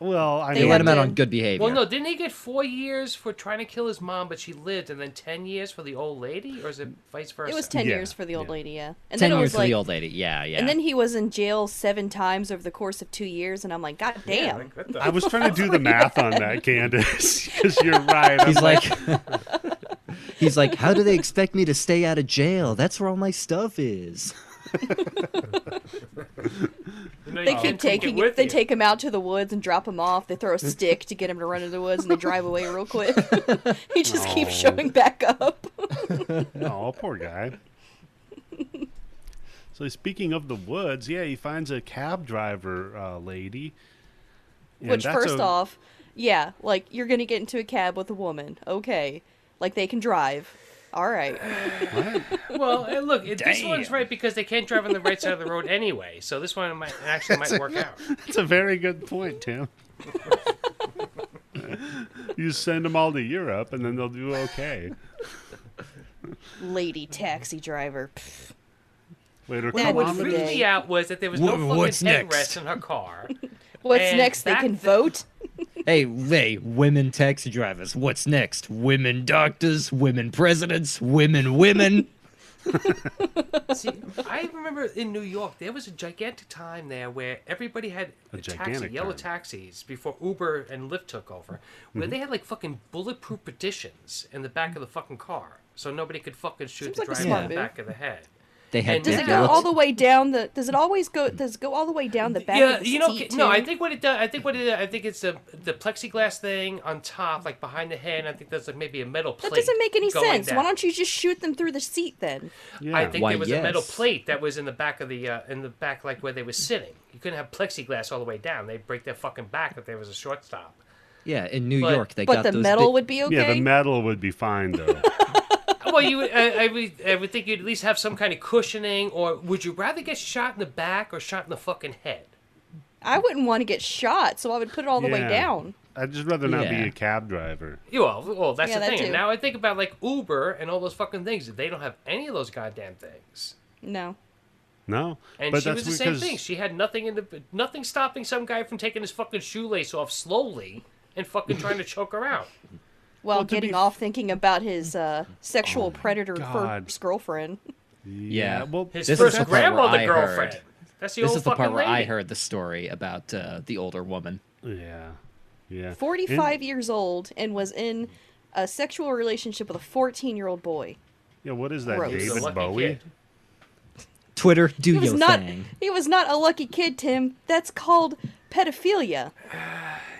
Well, I
They
mean,
let him out
Yeah.
on good behavior.
Well, no, didn't he get four years for trying to kill his mom, but she lived, and then ten years for the old lady, or is it vice versa?
It was 10
Yeah,
years for the old
yeah.
lady, yeah. And
10
then it
years
was
for
like,
the old lady. Yeah, yeah.
And then he was in jail seven times over the course of two years, and I'm like, God damn.
I was trying to do the math on that, Candace, because you're right. I'm
he's like, he's like, how do they expect me to stay out of jail? That's where all my stuff is.
You know, you
they
can't
keep taking
with
they
you.
take him out to the woods and drop him off. They throw a stick to get him to run into the woods, and they drive away real quick. he just keeps
No.
showing back up.
oh, poor guy. So speaking of the woods, yeah, he finds a cab driver uh, lady. and
Which,
that's
first
a-
off, yeah, like you're gonna get into a cab with a woman, okay? Like they can drive, all right.
what?
Well, and look, it, this one's
Damn.
right because they can't drive on the right side of the road anyway. So this one might actually might work out.
that's a very good point, Tim. you send them all to Europe, and then they'll do okay.
Lady taxi driver. Pff,
Later,
That
What
was
kilometers.
freaked me
day.
out was that there was no
Wha- what's
fucking
next?
headrest in her car.
What's
And
next? They
back
can
th-
vote.
Hey, hey, women taxi drivers. What's next? Women doctors, women presidents, women, women.
See, I remember in New York there was a gigantic time there where everybody had
A
a taxi,
gigantic
yellow
time.
taxis before Uber and Lyft took over, where
Mm-hmm.
they had like fucking bulletproof petitions in the back of the fucking car, so nobody could fucking shoot
Seems
the
like a
driver
smart
in the
move.
back of the head.
They had
And
Does
Yeah,
it
ridiculous-
go all the way down the? Does it always go? Does it go all the way down the back?
yeah,
of the
you know,
seat,
no,
too?
I think what it does, I think what it, I think it's a, the plexiglass thing on top, like behind the head. and I think there's like maybe a metal plate.
That doesn't make any
going
sense. Why
down.
don't you just shoot them through the seat then?
Yeah.
I think
Why,
there was a metal
yes.
plate that was in the back of the uh, in the back, like where they were sitting. You couldn't have plexiglass all the way down. They'd break their fucking back if there was a shortstop.
Yeah, in New
But-
York, they
But
got
the
those
metal
big-
would be okay.
yeah, the metal would be fine though.
Well, you, would- I, I, would, I would think you'd at least have some kind of cushioning, or would you rather get shot in the back or shot in the fucking head?
I wouldn't want to get shot, so I would put it all the
Yeah.
way down.
I'd just rather not
Yeah.
be a cab driver.
You well, well that's
Yeah,
the
that
thing. And
too.
now I think about like Uber and all those fucking things. They don't have any of those goddamn things.
No.
No,
And
but
she
that's
was the same
because
thing. She had nothing in the nothing stopping some guy from taking his fucking shoelace off slowly and fucking trying to choke her out.
While
Well, to
getting
be-
off thinking about his
Oh
uh, sexual predator
God.
first girlfriend.
yeah, well,
His
This is
first
the part where
grandmother
I
girlfriend.
heard-
That's the
This
old
is the
fucking
part where I
lady.
heard the story about uh, the older woman.
yeah, yeah.
45 years old and was in a sexual relationship with a 14 year old boy.
Yeah, what is that,
Gross.
He was a
David
lucky
Bowie?
kid.
Twitter, do
He was
your
not.
thing.
He was not a lucky kid, Tim. That's called pedophilia.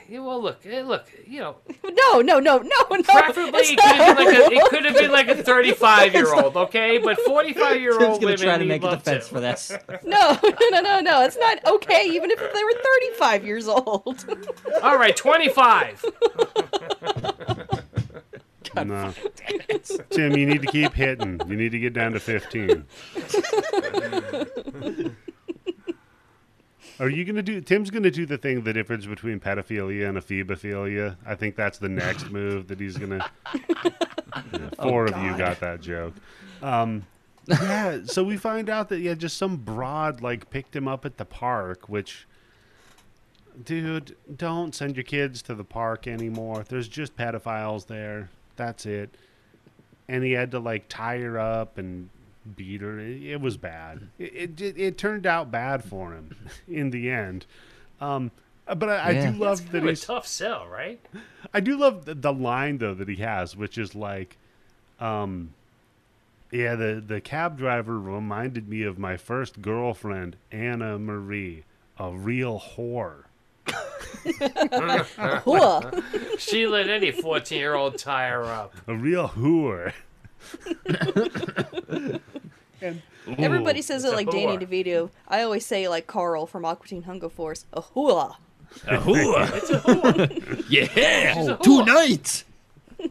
Yeah, well, look, eh, look, you know,
No, no, no, no, no.
preferably
It's
it could
not-
have been like a, it could have been like a 35 year old, okay? But 45 year
Tim's
old
gonna
women
try to
we
make a
love
defense
to.
for this.
No, no, no, no, no. It's not okay, even if they were 35 years old.
All right, 25.
No. Tim, you need to keep hitting. You need to get down to 15. Are you going to do Tim's going to do the thing the difference between pedophilia and ephebophilia? I think that's the next move that he's going to Four of you
Oh, God.
got that joke. Um yeah, so we find out that yeah, just some broad like picked him up at the park, which dude, don't send your kids to the park anymore. There's just pedophiles there. That's it. And he had to like tie her up and beat her. It, it was bad. It, it it turned out bad for him in the end. Um, but I, I
Yeah.
do love that
Kind of a
he's
tough sell, right?
I do love the, the line though that he has, which is like, um, yeah, the the cab driver reminded me of my first girlfriend, Anna Marie, a real whore.
Whoa.
She let any 14 year old tie her up.
a real whore. and,
Everybody says it
a
like Danny
whore.
DeVito. I always say like Carl from Aqua Teen Hunger Force. A hula.
She's a
yeah,
whore.
tonight.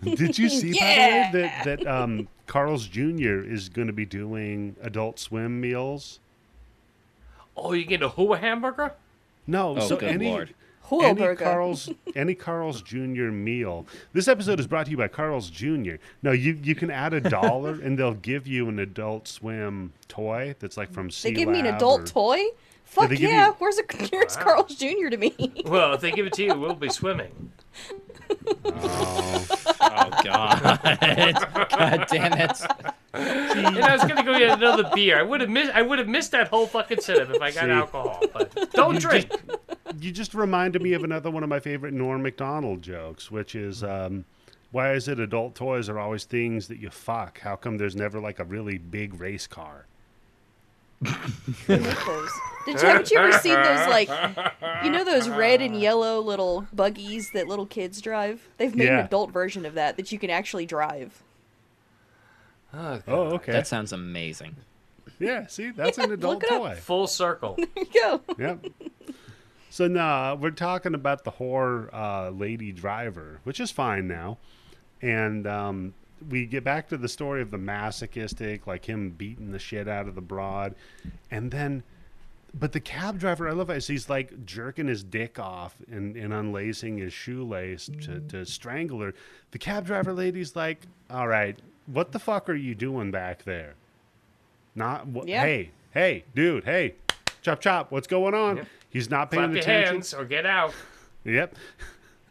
did you see by the way that that um, Carl's Jr. is going to be doing Adult Swim meals?
Oh, you get a Hua hamburger?
No,
Oh,
so
good
any
lord.
Hula
any
burger.
Carl's any Carl's Jr. meal. This episode is brought to you by Carl's Jr. Now you you can add a dollar and they'll give you an Adult Swim toy that's like from
They
C
give me an
Lab
adult
or-
toy? Fuck
they give
yeah.
you-
Where's a here's
Wow.
Carl's Jr. to me?
Well, if they give it to you, we'll be swimming.
Oh god. god damn it.
And I was gonna go get another beer. I would have missed. I would have missed that whole fucking setup if I got
See.
alcohol. But don't drink.
You just reminded me of another one of my favorite Norm Macdonald jokes, which is um, why is it adult toys are always things that you fuck? How come there's never like a really big race car?
They make those. Did you haven't you ever seen those like you know those red and yellow little buggies that little kids drive? They've made
Yeah.
an adult version of that that you can actually drive.
Oh, okay.
That sounds amazing.
yeah, see, that's an adult
look it up.
toy.
Full circle.
There you go.
Yep. So nah, we're talking about the whore uh, lady driver, which is fine now, and um, we get back to the story of the masochistic, like him beating the shit out of the broad, and then, but the cab driver, I love it. He's like jerking his dick off and, and unlacing his shoelace to to strangle her. The cab driver lady's like, "All right, what the fuck are you doing back there? Not what?
Yeah.
Hey, hey, dude, hey, chop chop, what's going on? He's not paying
Clap your
attention.
hands or get out.
Yep.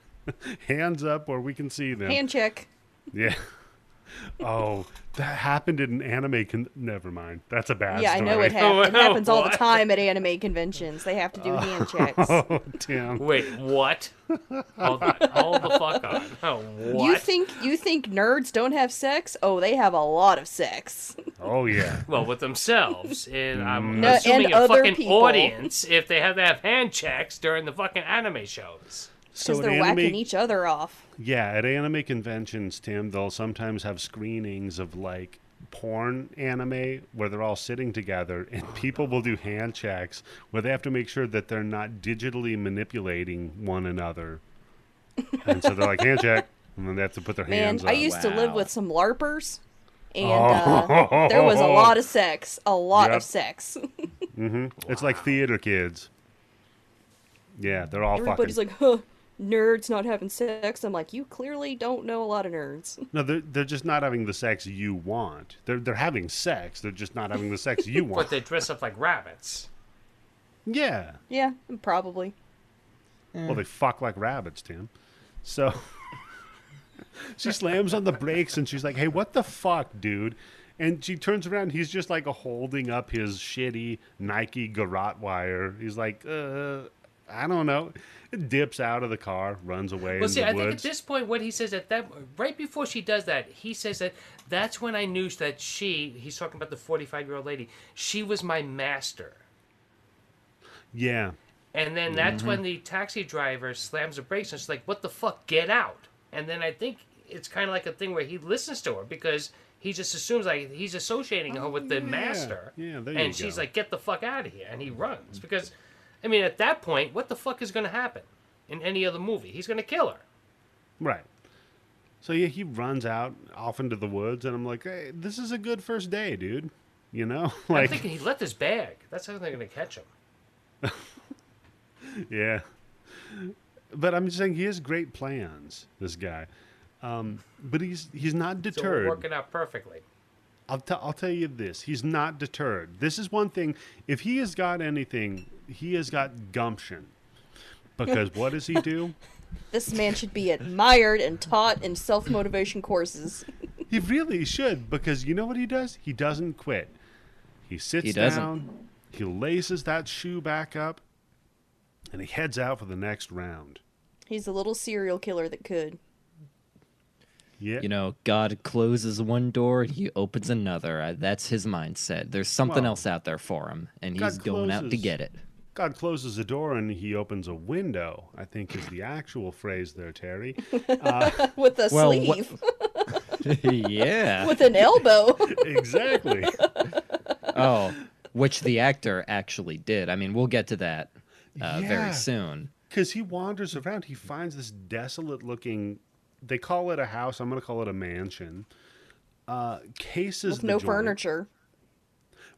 hands up where we can see them.
Hand check.
yeah. Oh, that happened in an anime. Con- Never mind. That's a bad
yeah, I
story.
know it, hap- it
Wow,
happens all the
what?
time at anime conventions. They have to do hand checks.
Oh, damn.
Wait, what? Hold, on. Hold the fuck on. Oh, what?
You think you think nerds don't have sex? Oh, they have a lot of sex.
Oh, yeah.
well, with themselves, and I'm
No,
assuming
and
a
other
fucking
people.
audience if they have to have hand checks during the fucking anime shows.
So
Because
at
they're
anime,
whacking each other off.
yeah, at anime conventions, Tim, they'll sometimes have screenings of like porn anime where they're all sitting together and people will do hand checks where they have to make sure that they're not digitally manipulating one another. And so they're like hand check and then they have to put their
Man,
hands up.
I used to live
Wow.
with some LARPers, and
Oh.
uh, there was a lot of sex. A lot
Yep.
of sex.
It's like theater kids. Yeah, they're all
Everybody's
fucking.
like, huh, nerds not having sex. I'm like, you clearly don't know a lot of nerds.
no, they're, they're just not having the sex you want. They're they're having sex. They're just not having the sex you
But
want.
they dress up like rabbits.
yeah.
yeah, probably.
Well, they fuck like rabbits, Tim. So she slams on the brakes and she's like, "Hey, what the fuck, dude?" And she turns around. And he's just like holding up his shitty Nike garrote wire. He's like, "Uh, I don't know. Dips out of the car, runs away
Well,
in
see,
the
I think at
woods.
this point, what he says at that right before she does that, he says that that's when I knew that she. He's talking about the forty-five-year-old lady. She was my master,
yeah.
and then that's
Mm-hmm.
when the taxi driver slams the brakes and she's like, "What the fuck? Get out!" And then I think it's kind of like a thing where he listens to her because he just assumes like he's associating her with the master,
Oh, Yeah, there you
and she's
go. Mm-hmm.
like, "Get the fuck out of here!" And he runs because, I mean, at that point, what the fuck is going to happen in any other movie? He's going to kill her.
Right. So yeah, he runs out off into the woods, and I'm like, hey, this is a good first day, dude. You know,
I'm
like,
thinking he left his bag. That's how they're gonna catch him.
yeah. But I'm just saying he has great plans. This guy, um, but he's he's not
So we're
deterred.
working out perfectly.
I'll, t- I'll tell you this he's not deterred this is one thing if he has got anything he has got gumption because what does he do
This man should be admired and taught in self motivation courses.
he really should because you know what he does he doesn't quit he sits
He doesn't.
down he laces that shoe back up and he heads out for the next round
He's a little serial killer that could.
yeah
You know, God closes one door and he opens another. I, that's his mindset. There's something
Well,
else out there for him, and
God
he's going out to
closes-
get it.
God closes a door and he opens a window, I think is the actual phrase there, Terry.
With a
Well, what-
sleeve.
yeah.
With an elbow.
exactly.
Oh, which the actor actually did. I mean, we'll get to that uh,
Yeah.
very soon.
because he wanders around. He finds this desolate looking. They call it a house. I'm going to call it a mansion. Uh, cases
With
the
no
joint.
furniture.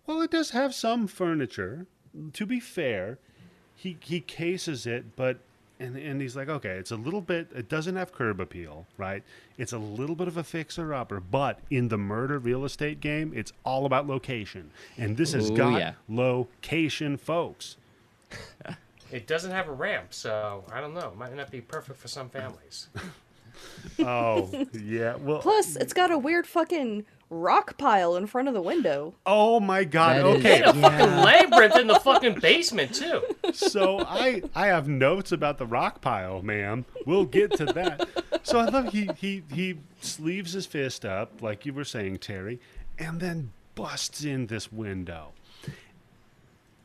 Well, it does have some furniture. To be fair, he he cases it, but and and he's like, okay, it's a little bit. It doesn't have curb appeal, right? It's a little bit of a fixer upper, but in the murder real estate game, it's all about location, and this has
Ooh,
got
yeah.
location, folks.
It doesn't have a ramp, so I don't know. It might not be perfect for some families.
Oh yeah, well.
Plus, it's got a weird fucking rock pile in front of the window.
oh my God.
That is-
okay,
And a fucking labyrinth in the fucking basement too.
So I I have notes about the rock pile, ma'am. We'll get to that. So I love he he he sleeves his fist up like you were saying, Terry, and then busts in this window.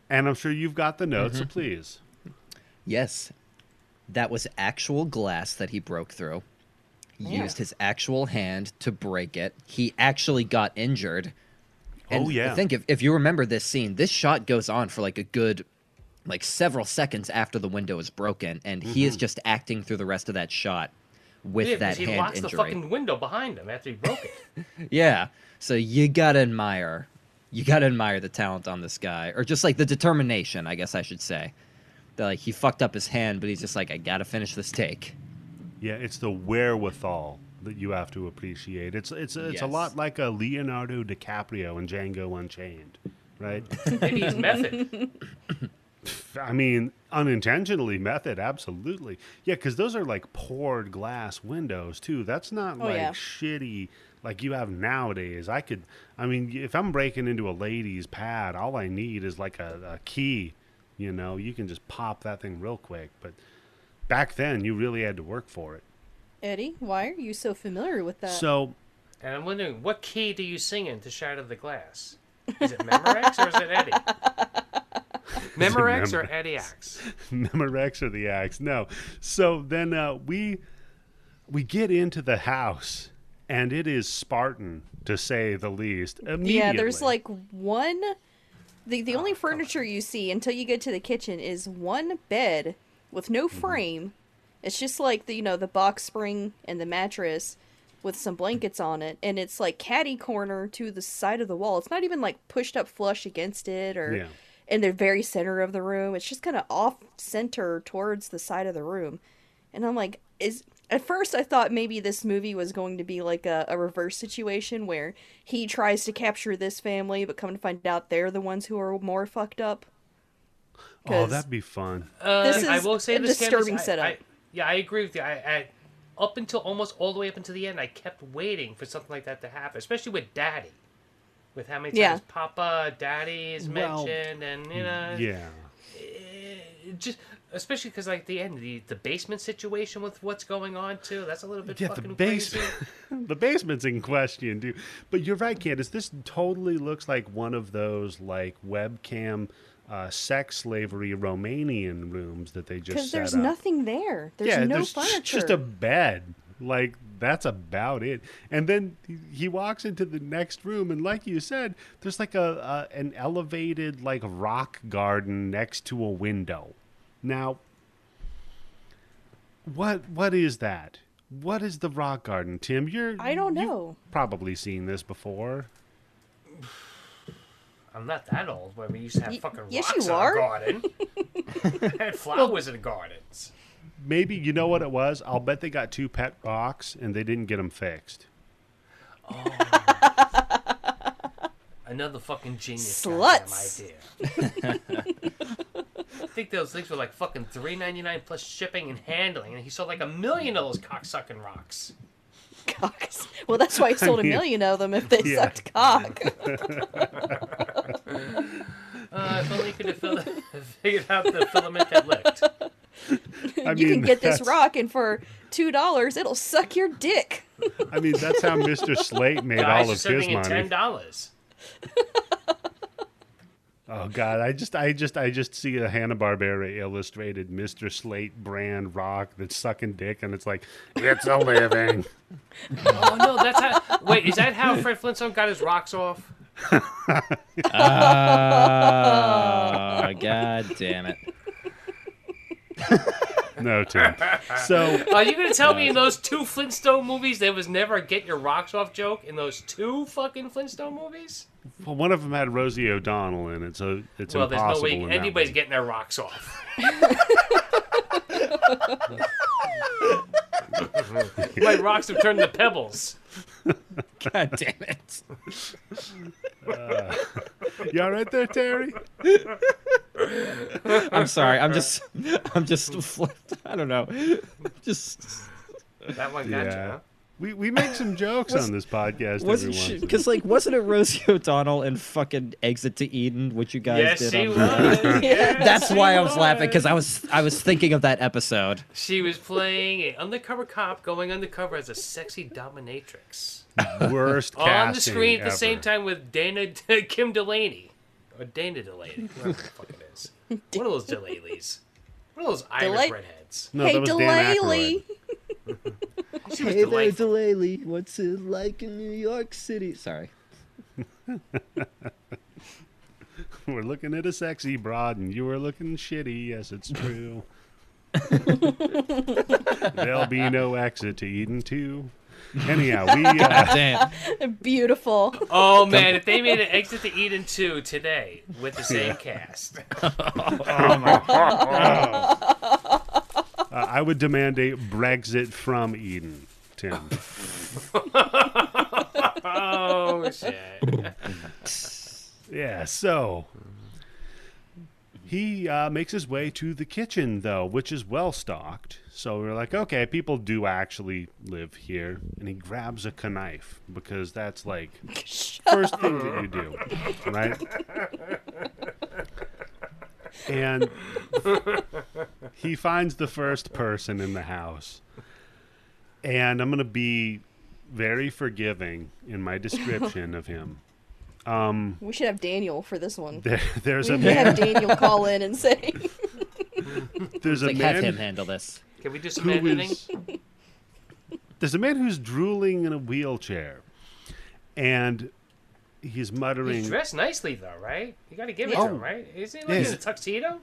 And I'm sure you've got the notes, so please.
Yes, that was actual glass that he broke through. He
Yeah.
Used his actual hand to break it. He actually got injured. And
Oh, yeah.
I think if, if you remember this scene, this shot goes on for like a good, like several seconds after the window is broken, and he is just acting through the rest of that shot
Mm-hmm.
with
Yeah, 'cause
that
he
hand
locks
injury.
the fucking window behind him after he broke it.
Yeah. So you gotta admire, you gotta admire the talent on this guy, or just like the determination, I guess I should say. That like he fucked up his hand, but he's just like, I gotta finish this take.
Yeah, it's the wherewithal that you have to appreciate. It's it's it's a
Yes.
lot like a Leonardo DiCaprio in Django Unchained, right?
Maybe he's method.
I mean, unintentionally method, absolutely. Yeah, because those are like poured glass windows too. That's not
Oh,
like
yeah.
shitty like you have nowadays. I could, I mean, if I'm breaking into a lady's pad, all I need is like a, a key. You know, you can just pop that thing real quick. But back then, you really had to work for it.
Eddie, why are you so familiar with that?
So
And I'm wondering what key do you sing in to shatter the glass? Is it Memorex or is it Eddie? Memorex or
Memorex.
Eddie Axe?
Memorex or the axe. No. So then uh, we we get into the house, and it is Spartan to say the least. Immediately.
Yeah, there's like one. The, the only furniture you see until you get to the kitchen is one bed with no frame. It's just like the you know the box spring and the mattress with some blankets on it, and it's like catty corner to the side of the wall. It's not even like pushed up flush against it or
Yeah.
in the very center of the room. It's just kind of off center towards the side of the room, and I'm like, is at first I thought maybe this movie was going to be like a, a reverse situation where he tries to capture this family, but come to find out they're the ones who are more fucked up.
Oh,
'Cause-
that'd be fun.
Uh,
This
I
is
will say
a
this, Candace,
disturbing
I-
setup.
I- yeah, I agree with you. I, I up until almost all the way up until the end, I kept waiting for something like that to happen, especially with Daddy, with how many times
Yeah.
Papa Daddy is
Well,
mentioned, and you know,
Yeah.
it eh, just especially because like the end, the, the basement situation with what's going on too. That's a little bit
Yeah, the
fucking
basement.
crazy.
the basement's in question, dude. But you're right, Candace. This totally looks like one of those like webcam uh, sex slavery Romanian rooms that they just
Because
set
there's
up.
nothing there. There's
yeah,
no
there's
furniture.
just a bed. Like that's about it. And then he- he walks into the next room, and like you said, there's like a, a an elevated like rock garden next to a window. Now, what what is that? What is the rock garden, Tim? You're
I don't
you've
know.
probably seen this before.
I'm not that old where we used to have
Y-
fucking
yes,
rocks
you
in our
are.
garden. I had flowers in gardens.
Maybe you know what it was. I'll bet they got two pet rocks and they didn't get them fixed.
Another fucking genius
Sluts.
goddamn idea. I think those things were like fucking three ninety nine plus shipping and handling, and he sold like a million of those cocksucking rocks.
Cocks. Well, that's why he sold a
mean-
million of them if they
Yeah.
sucked cock.
Uh, if only he could have fil- figured out the filament that licked.
I
you
mean,
can get this
that's-
rock, and for two dollars, it'll suck your dick.
I mean, that's how Mr. Slate made
Guys
all
are
of his
sending in
money.
ten dollars.
Oh God, I just, I just, I just see a Hanna Barbera illustrated Mr. Slate brand rock that's sucking dick, and it's like, it's a living.
Oh no, that's how. Wait, is that how Fred Flintstone got his rocks off?
Oh, god damn it.
no, Tim. So
Are you gonna tell me in those two Flintstone movies there was never a get your rocks off joke in those two fucking Flintstone movies?
well, one of them had Rosie O'Donnell in it, so it's
well, there's no
impossible.
way
in that
anybody's
one.
getting their rocks off. My rocks have turned to pebbles.
God damn it.
You all right there, Terry?
I'm sorry. I'm just I'm just flipped. I don't know. Just
That one got
Yeah.
you. Huh?
We we make some jokes on this podcast.
wasn't
every
she
once in a
cuz like wasn't it Rosie O'Donnell and fucking Exit to Eden which you guys
Yes,
did
she
on-
was.
Yeah.
That's
Yes,
why
she
I was laughing cuz I was I was thinking of that episode.
She was playing an undercover cop going undercover as a sexy dominatrix.
while. worst
on the
casting
screen at the
ever.
same time with Dana Kim Delaney or Dana Delaney, whatever the fuck it is. One of those Delaney's. One of those Irish
Delay-
redheads.
No,
hey,
that was Dan Aykroyd.
Delaney.
She was delightful.
Delaney. What's it like in New York City? Sorry.
We're looking at a sexy broad, and you were looking shitty. Yes, it's true. There'll be no exit to Eden too. Anyhow, we uh,
Damn.
Beautiful.
Oh man, if they made an exit to Eden 2 today with the same cast.
Uh, I would demand a Brexit from Eden, Tim.
Oh shit.
yeah, so he uh, makes his way to the kitchen, though, which is well stocked. So we're like, okay, people do actually live here. And he grabs a knife because that's like first thing that you do, right? And he finds the first person in the house. And I'm going to be very forgiving in my description of him.
We should have Daniel for this one.
There, there's
We
a
could
man.
have Daniel call in and say,
There's a
Like, have him
man
handle this.
Can we do some
who
editing?
is. There's a man who's drooling in a wheelchair, and he's muttering.
He's dressed nicely though, right? You gotta give it
Oh.
to him, right? Is he like in
Yeah.
a tuxedo?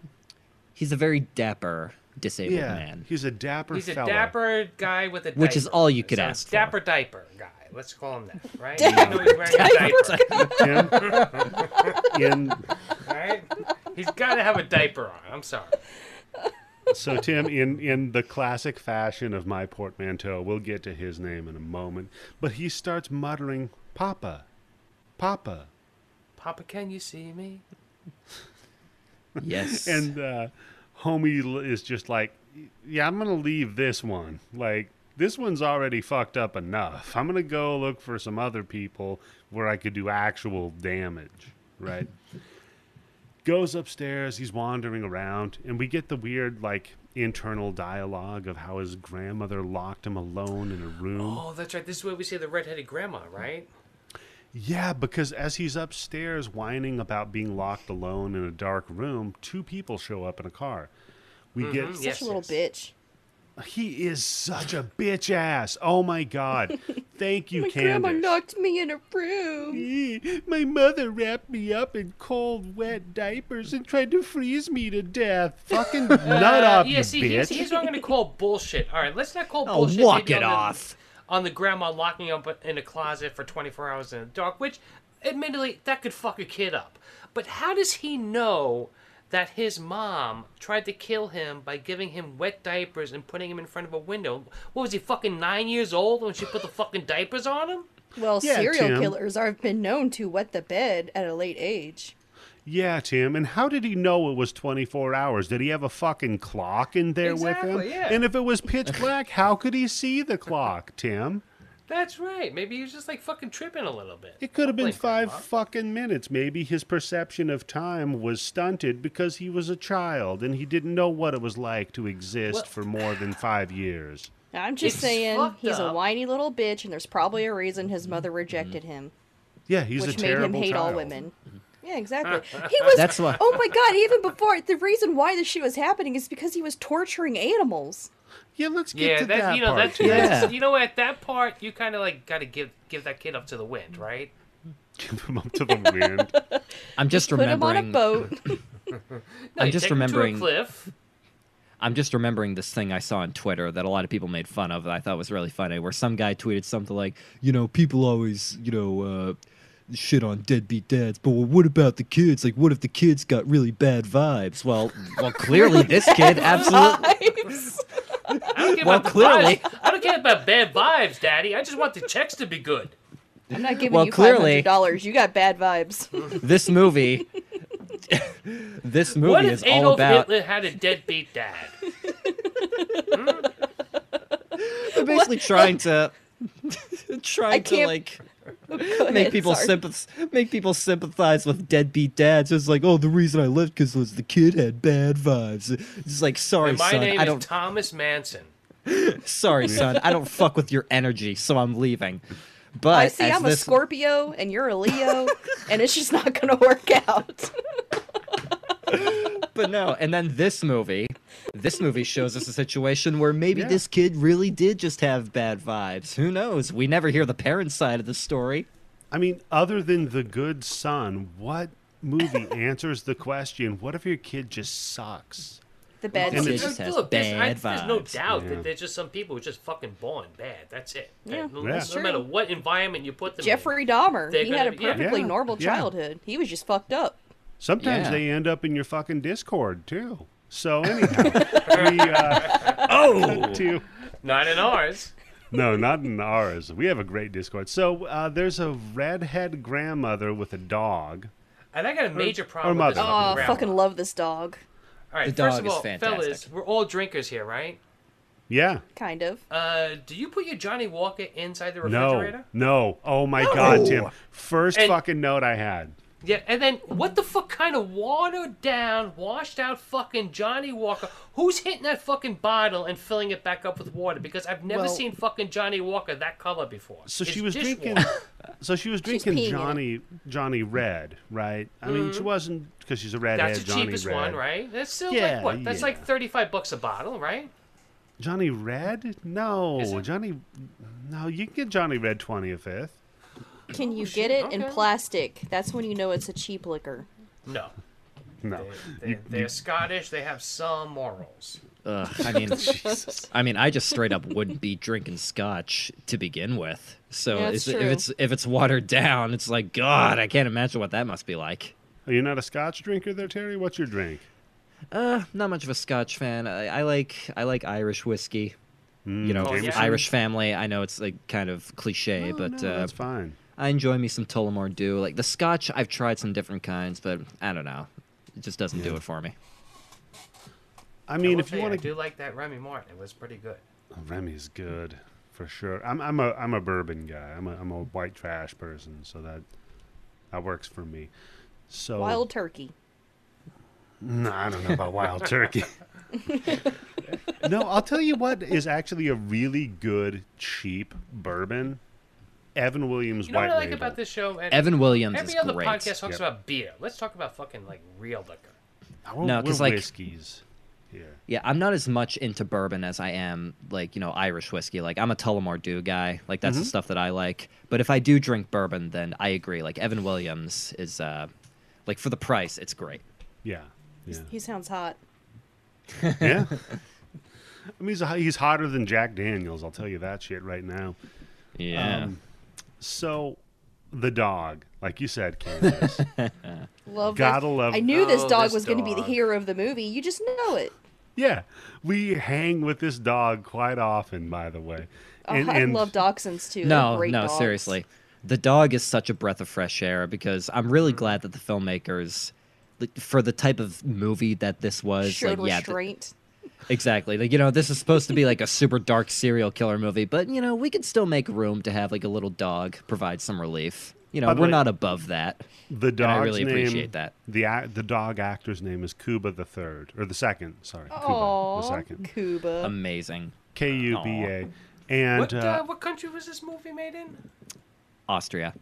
He's a very dapper disabled
yeah,
man.
he's a dapper
He's a
fella.
dapper guy with a diaper.
Which is all you could
So,
ask for.
Dapper diaper guy. Let's call him that, right?
Dapper
You know he's wearing a diaper,
Tim, in,
right? He's got to have a diaper on. I'm sorry.
so Tim, in in the classic fashion of my portmanteau, we'll get to his name in a moment. But he starts muttering, "Papa, Papa,"
Papa, can you see me?
Yes.
and uh, homie l- is just like, yeah, I'm gonna leave this one. Like this one's already fucked up enough. I'm gonna go look for some other people where I could do actual damage, right? goes upstairs. He's wandering around, and we get the weird like internal dialogue of how his grandmother locked him alone in a room.
Oh, that's right. This is where we see the redheaded grandma, right?
Yeah, because as he's upstairs whining about being locked alone in a dark room, two people show up in a car. We get
Such
Mm, Yes,
a little bitch.
he is such a bitch ass. Oh my god. Thank you,
My grandma
Candace.
knocked me in a room.
Eh, My mother wrapped me up in cold, wet diapers and tried to freeze me to death. Fucking nut
Uh,
up,
yeah,
you
see,
bitch.
Here's, here's what I'm going to call bullshit. All right, let's not call
Oh,
bullshit.
walk
maybe
it
on the-
off.
on the grandma locking up in a closet for 24 hours in the dark, which, admittedly, that could fuck a kid up. But how does he know that his mom tried to kill him by giving him wet diapers and putting him in front of a window? What was he fucking nine years old when she put the fucking diapers on him?
Well,
Yeah,
serial
Tim.
killers are been known to wet the bed at a late age.
Yeah, Tim. And how did he know it was 24 hours? Did he have a fucking clock in there with
Exactly,
him?
yeah.
And if it was pitch black, how could he see the clock, Tim?
That's right. Maybe he was just like fucking tripping a little bit.
It could have been
Like, uh,
five
Grandma.
fucking minutes. Maybe his perception of time was stunted because he was a child and he didn't know what it was like to exist
Well-
for more than five years.
I'm just
It's
saying,
fucked
he's a
up.
whiny little bitch, and there's probably a reason his mother rejected him,
Yeah, he's a
which made
terrible
him hate all
child.
women. Yeah, exactly. He was.
That's why-
Oh my god! Even before the reason why this shit was happening is because he was torturing animals.
Yeah, let's get
Yeah,
to
that,
that
you know
part.
that's,
Tim.
Yeah.
that's you know at that part you kind of like got to give give that kid up to the wind, right?
Give him up to the wind.
I'm just
Put him on a
remembering.
boat.
No,
I'm
you
just
take him
remembering-
to a cliff.
I'm just remembering this thing I saw on Twitter that a lot of people made fun of that I thought was really funny, where some guy tweeted something like, you know, people always, you know, uh, shit on deadbeat dads, but well, what about the kids? Like, what if the kids got really bad vibes? Well, well, clearly this kid absolutely.
Lives.
I don't care
Well,
about the
clearly-
vibes. I don't care about bad vibes, Daddy. I just want the checks to be good.
I'm not giving
Well,
you five
clearly-
hundred dollars. You got bad vibes.
This movie. this movie
What
is
if
all
Adolf
about.
Hitler had a deadbeat dad?
They're basically trying to. trying to
can't-
like
Go
make
ahead,
people
sorry.
sympath- make people sympathize with deadbeat dads. It's like, oh, the reason I left because was the kid had bad vibes. It's like, sorry,
And my
son,
name
I don't.
is Thomas Manson.
sorry, son, I don't fuck with your energy, so I'm leaving. But
I see.
as
I'm a
this,
Scorpio, and you're a Leo, and it's just not gonna work out.
but no, and then this movie, this movie shows us a situation where maybe
Yeah.
this kid really did just have bad vibes. Who knows? We never hear the parents' side of the story.
I mean, other than The Good Son, what movie answers the question, what if your kid just sucks?
The bad
And
seed.
it's- just has
Look, there's, I,
bad
there's no
vibes.
doubt
Yeah.
that there's just some people who just fucking born bad. That's it.
Yeah,
no,
Yeah.
that's
no matter
true.
what environment you put them
Jeffrey Dahmer.
They're
He
gonna
had a
be- yeah.
perfectly
Yeah,
normal
yeah.
childhood. He was just fucked up.
Sometimes
Yeah.
they end up in your fucking Discord, too. So, anyhow, we, uh, oh, to,
in. Not in ours.
no, not in ours. We have a great Discord. So, uh, there's a redhead grandmother with a dog.
And I got a major problem with
mother.
this
Oh,
Oh,
fucking grandma.
fucking love this dog.
All right,
The
first
dog
of
is
all, fellas,
fantastic.
we're all drinkers here, right?
Yeah.
Kind of.
Uh, do you put your Johnny Walker inside the refrigerator?
No, no. Oh my God, Tim. First
And-
fucking note I had.
Yeah, and then what the fuck kind of watered down, washed out fucking Johnny Walker? Who's hitting that fucking bottle and filling it back up with water? Because I've never
Well-
seen fucking Johnny Walker that color before.
So
It's
she was
dishwater.
drinking. So she was
peeing
drinking
in it.
Johnny Johnny Red, right? I mean, she wasn't because she's a redhead.
Mm-hmm. That's the
Johnny
cheapest
Red.
one, right? That's still
Yeah,
like what? That's
yeah.
like thirty-five bucks a bottle, right?
Johnny Red?
Is
No,
it?
Johnny. No, you can get Johnny Red twenty a fifth.
Can you
Oh, shit,
get it in
okay.
plastic? That's when you know it's a cheap liquor.
No,
No,
they, they're Scottish. They have some morals.
Ugh, I mean, I mean, I just straight up wouldn't be drinking scotch to begin with. So
Yeah,
it's,
that's
if
true.
it's if it's watered down, it's like God. I can't imagine what that must be like.
are you not a Scotch drinker there, Terry? What's your drink?
Uh, not much of a Scotch fan. I, I like I like Irish whiskey. you Mm. know,
Oh, yeah.
Irish family. I know it's like kind of cliche,
Oh,
but
no,
uh,
that's fine.
I enjoy me some Tullamore Dew. Like the Scotch, I've tried some different kinds, but I don't know. It just doesn't do it for me.
I mean,
will
if you
say, I
want
do
to,
like that Remy Martin. It was pretty good.
Remy's good for sure. I'm I'm a I'm a bourbon guy. I'm a I'm a white trash person, so that that works for me. So
Wild turkey.
No, I don't know about wild turkey. no, I'll tell you what is actually a really good cheap bourbon. Evan Williams
You know
White
what I like
Label.
about this show? Ed?
Evan Williams
Every
is
other
great.
podcast talks
Yep.
about beer. Let's talk about fucking like real liquor.
I want
No, 'cause,
Oh, we're
like-
whiskeys. Here.
Yeah, I'm not as much into bourbon as I am like, you know, Irish whiskey. Like I'm a Tullamore Dew guy. Like that's the stuff that I like. But if I do drink bourbon, then I agree. Like Evan Williams is uh like for the price, it's great.
Yeah. Yeah.
He sounds hot.
yeah. I mean, he's, a, he's hotter than Jack Daniels. I'll tell you that shit right now.
Yeah.
Um, so, the dog, like you said, Candace.
Love.
Gotta
this.
love-
I knew this
Oh,
dog
this
was going to be the
dog.
hero of the movie. You just know it.
yeah, we hang with this dog quite often, by the way.
Oh, I love dachshunds too. They're
no,
great
no,
dogs.
seriously. The dog is such a breath of fresh air because I'm really glad that the filmmakers like, for the type of movie that this was,
Showed
like yeah, th-
restraint.
Exactly. Like, you know, this is supposed to be like a super dark serial killer movie, but, you know, we can still make room to have like a little dog provide some relief. You know,
By the
we're
way-
not above that.
The
And I
dog's
really
name,
appreciate that.
The ac- the dog actor's name is Cuba the third or the second. Sorry,
Aw,
Cuba the second.
Um,
Cuba.
Amazing.
K U B A. And
What
uh,
uh, what country was this movie made in?
Austria.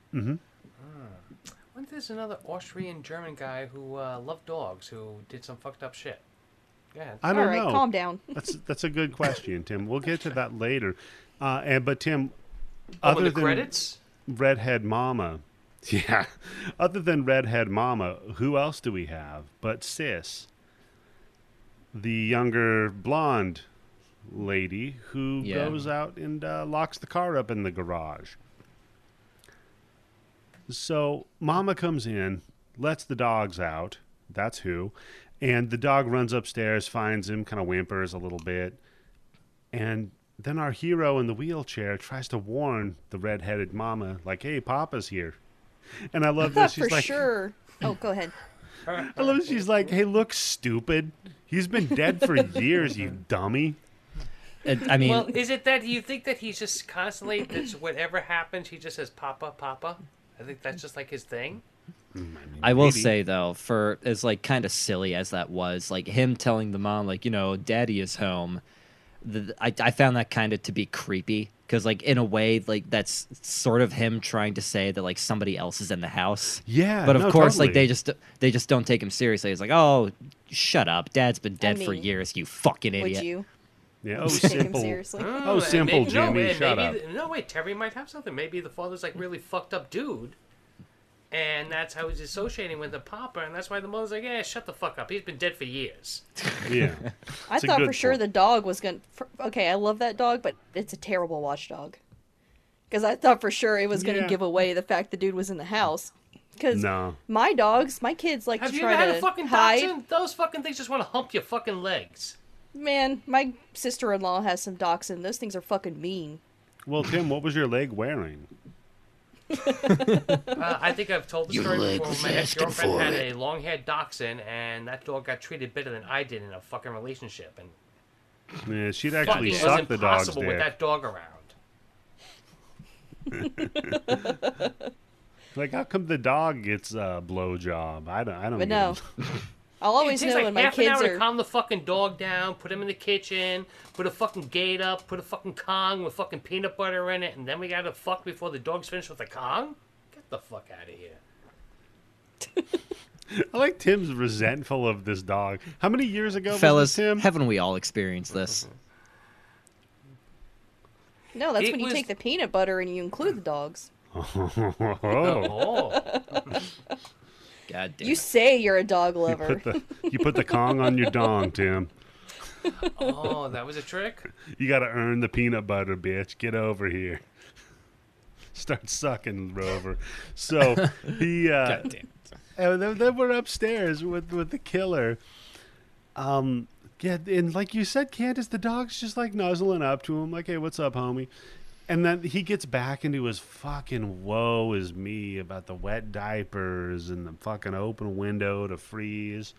Wasn't there's another Austrian German guy who uh, loved dogs who did some fucked up shit? Yeah.
I don't
All right,
know.
calm down.
That's that's a good question, Tim. We'll get to that later. Uh, and but Tim,
Oh,
other
the
than
credits?
redhead mama, yeah, other than redhead mama, who else do we have but sis, the younger blonde lady who
Yeah.
goes out and uh, locks the car up in the garage. So Mama comes in, lets the dogs out. That's who. And the dog runs upstairs, finds him, kind of whimpers a little bit. And then our hero in the wheelchair tries to warn the redheaded mama, like, hey, Papa's here. And I love this. She's
For
like,
sure. Oh, go ahead.
I love this. She's like, hey, look, stupid. He's been dead for years, you dummy.
It- I mean,
Well, is it that you think that he's just constantly that's whatever happens he just says Papa Papa? I think that's just like his thing.
I will
maybe.
say, though, for as like kind of silly as that was, like him telling the mom, like, you know, daddy is home, the, I, I found that kind of to be creepy. Because, like, in a way, like, that's sort of him trying to say that, like, somebody else is in the house.
Yeah.
but of
no,
course like
totally.
they just they just don't take him seriously it's like oh shut up dad's been dead for
mean,
years you fucking idiot
Would you
Yeah, oh,
take him
simple.
seriously?
Oh,
and
simple,
maybe- no,
Jimmy,
and
shut
maybe the- no, wait, Terry might have something. Maybe the father's like really fucked up dude, and that's how he's associating with the Papa, and that's why the mother's like, yeah, shut the fuck up. He's been dead for years.
Yeah.
I
It's a
thought
good
for sure
point.
the dog was going to. Okay, I love that dog, but it's a terrible watchdog. Because I thought for sure it was going to
Yeah.
give away the fact the dude was in the house. Because
No.
my dogs, my kids like
Have
to
you
try
ever had
to
a fucking
hide.
dachshund? Those fucking things just want to hump your fucking legs.
Man, my sister in law has some dachshund. Those things are fucking mean.
Well, Tim, what was your leg wearing?
Uh, I think I've told the
Your
story
leg
before.
was
My ex
asking
girlfriend
for
had
it.
a long haired dachshund, and that dog got treated better than I did in a fucking relationship. And
Yeah, she'd
fucking
actually
it
suck
wasn't
the dog's
possible with
dick.
that dog around.
Like, how come the dog gets a blowjob? I don't. I don't.
But
get
no.
it.
I'll
It
always
takes
know
like
when my
half an
kids
hour to
are.
calm the fucking dog down, put him in the kitchen, put a fucking gate up, put a fucking Kong with fucking peanut butter in it, and then we gotta fuck before the dog's finished with the Kong? Get the fuck out of here.
I like Tim's resentful of this dog. How many years ago, was
fellas
this, Tim?
haven't we all experienced this
No, that's
It
when you
was-
take the peanut butter and you include the dogs.
oh,
Oh.
god damn
You
it.
say you're a dog lover.
put the, you put the Kong on your dong, Tim.
oh, that was a trick?
You got to earn the peanut butter, bitch. Get over here. Start sucking, Rover. So he. Uh,
god damn it.
And then, then we're upstairs with with the killer. Um, yeah, and like you said, Candace, the dog's just like nuzzling up to him, like, "Hey, what's up, homie?" And then he gets back into his fucking woe is me about the wet diapers and the fucking open window to freeze.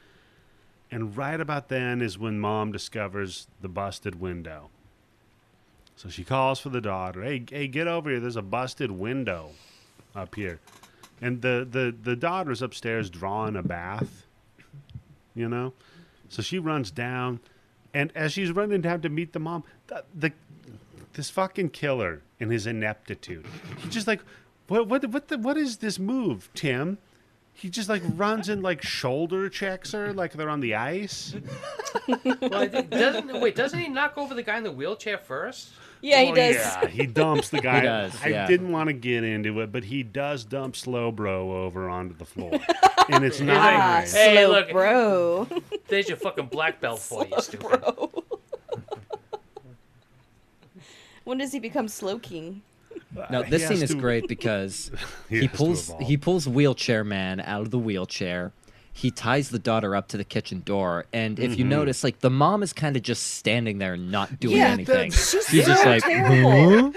And right about then is when mom discovers the busted window. So she calls for the daughter. Hey, hey, get over here. There's a busted window up here. And the, the, the daughter's upstairs drawing a bath. you know? So she runs down, and as she's running down to meet the mom, the, the this fucking killer and his ineptitude. He just like, what what what the, what is this move, Tim? He just like runs and like shoulder checks her like they're on the ice.
Well, I think, doesn't wait? Doesn't he knock over the guy in the wheelchair first?
Yeah, he
Oh,
does.
Yeah, he dumps the guy.
does,
I
yeah.
didn't want to get into it, but he does dump Slowbro over onto the floor, and it's not
like,
Ah,
nice.
Hey,
slow
look.
bro.
There's your fucking black belt for you, stupid.
when does he become Slow King?
No,
He
this scene
has
is
to-
great because
He
he,
has to
pulls
evolve.
he pulls wheelchair man out of the wheelchair. He ties the daughter up to the kitchen door, and if
Mm-hmm.
you notice, like the mom is kind of just standing there, not doing
Yeah,
anything.
that's-
She's,
She's
so
just like,
terrible.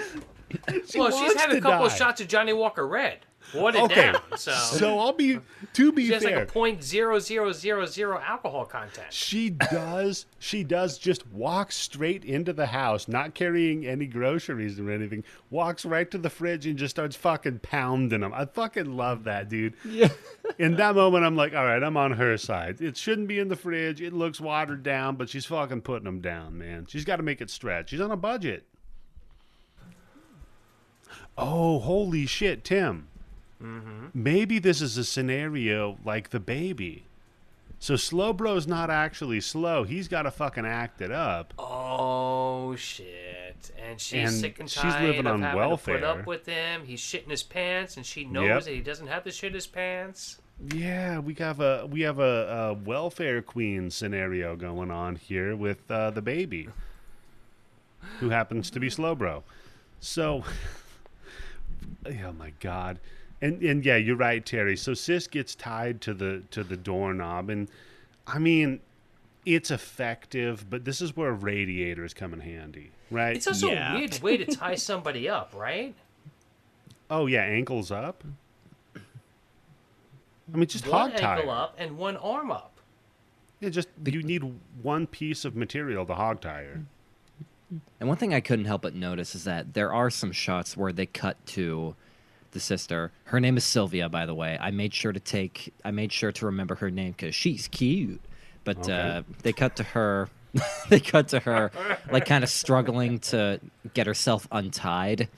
She
well, she's
wants
had a
to
couple
die.
shots of Johnny Walker Red. Watered
Okay,
down. So,
so I'll be to be
she has
fair.
like a point zero zero zero zero alcohol content.
she does. She does just walk straight into the house, not carrying any groceries or anything. Walks right to the fridge and just starts fucking pounding them. I fucking love that, dude. Yeah. in that moment, I'm like, all right, I'm on her side. It shouldn't be in the fridge. It looks watered down, but she's fucking putting them down, man. She's got to make it stretch. She's on a budget. Oh, holy shit, Tim. Maybe this is a scenario like the baby. So Slowbro's not actually slow. He's got to fucking act it up.
Oh shit! And she's
And
sick and
she's
tired
living
of
on
having to put
welfare.
up with him. He's shitting his pants, and she knows
Yep.
that he doesn't have to shit his pants.
Yeah, we have a we have a, a welfare queen scenario going on here with uh, the baby, who happens to be Slowbro. So, oh my god, and and yeah, you're right, Terry. So Sis gets tied to the to the doorknob, and I mean, it's effective, but this is where radiators come in handy, right?
It's also
Yeah.
a weird way to tie somebody up, right?
Oh yeah, ankles up. I mean, just
one
hog tie.
ankle up and one arm up.
Yeah, just you need one piece of material to hog tire.
And one thing I couldn't help but notice is that there are some shots where they cut to the sister. Her name is Sylvia, by the way. I made sure to take I made sure to remember her name because she's cute. But uh, they cut to her. they cut to her, like kind of struggling to get herself untied.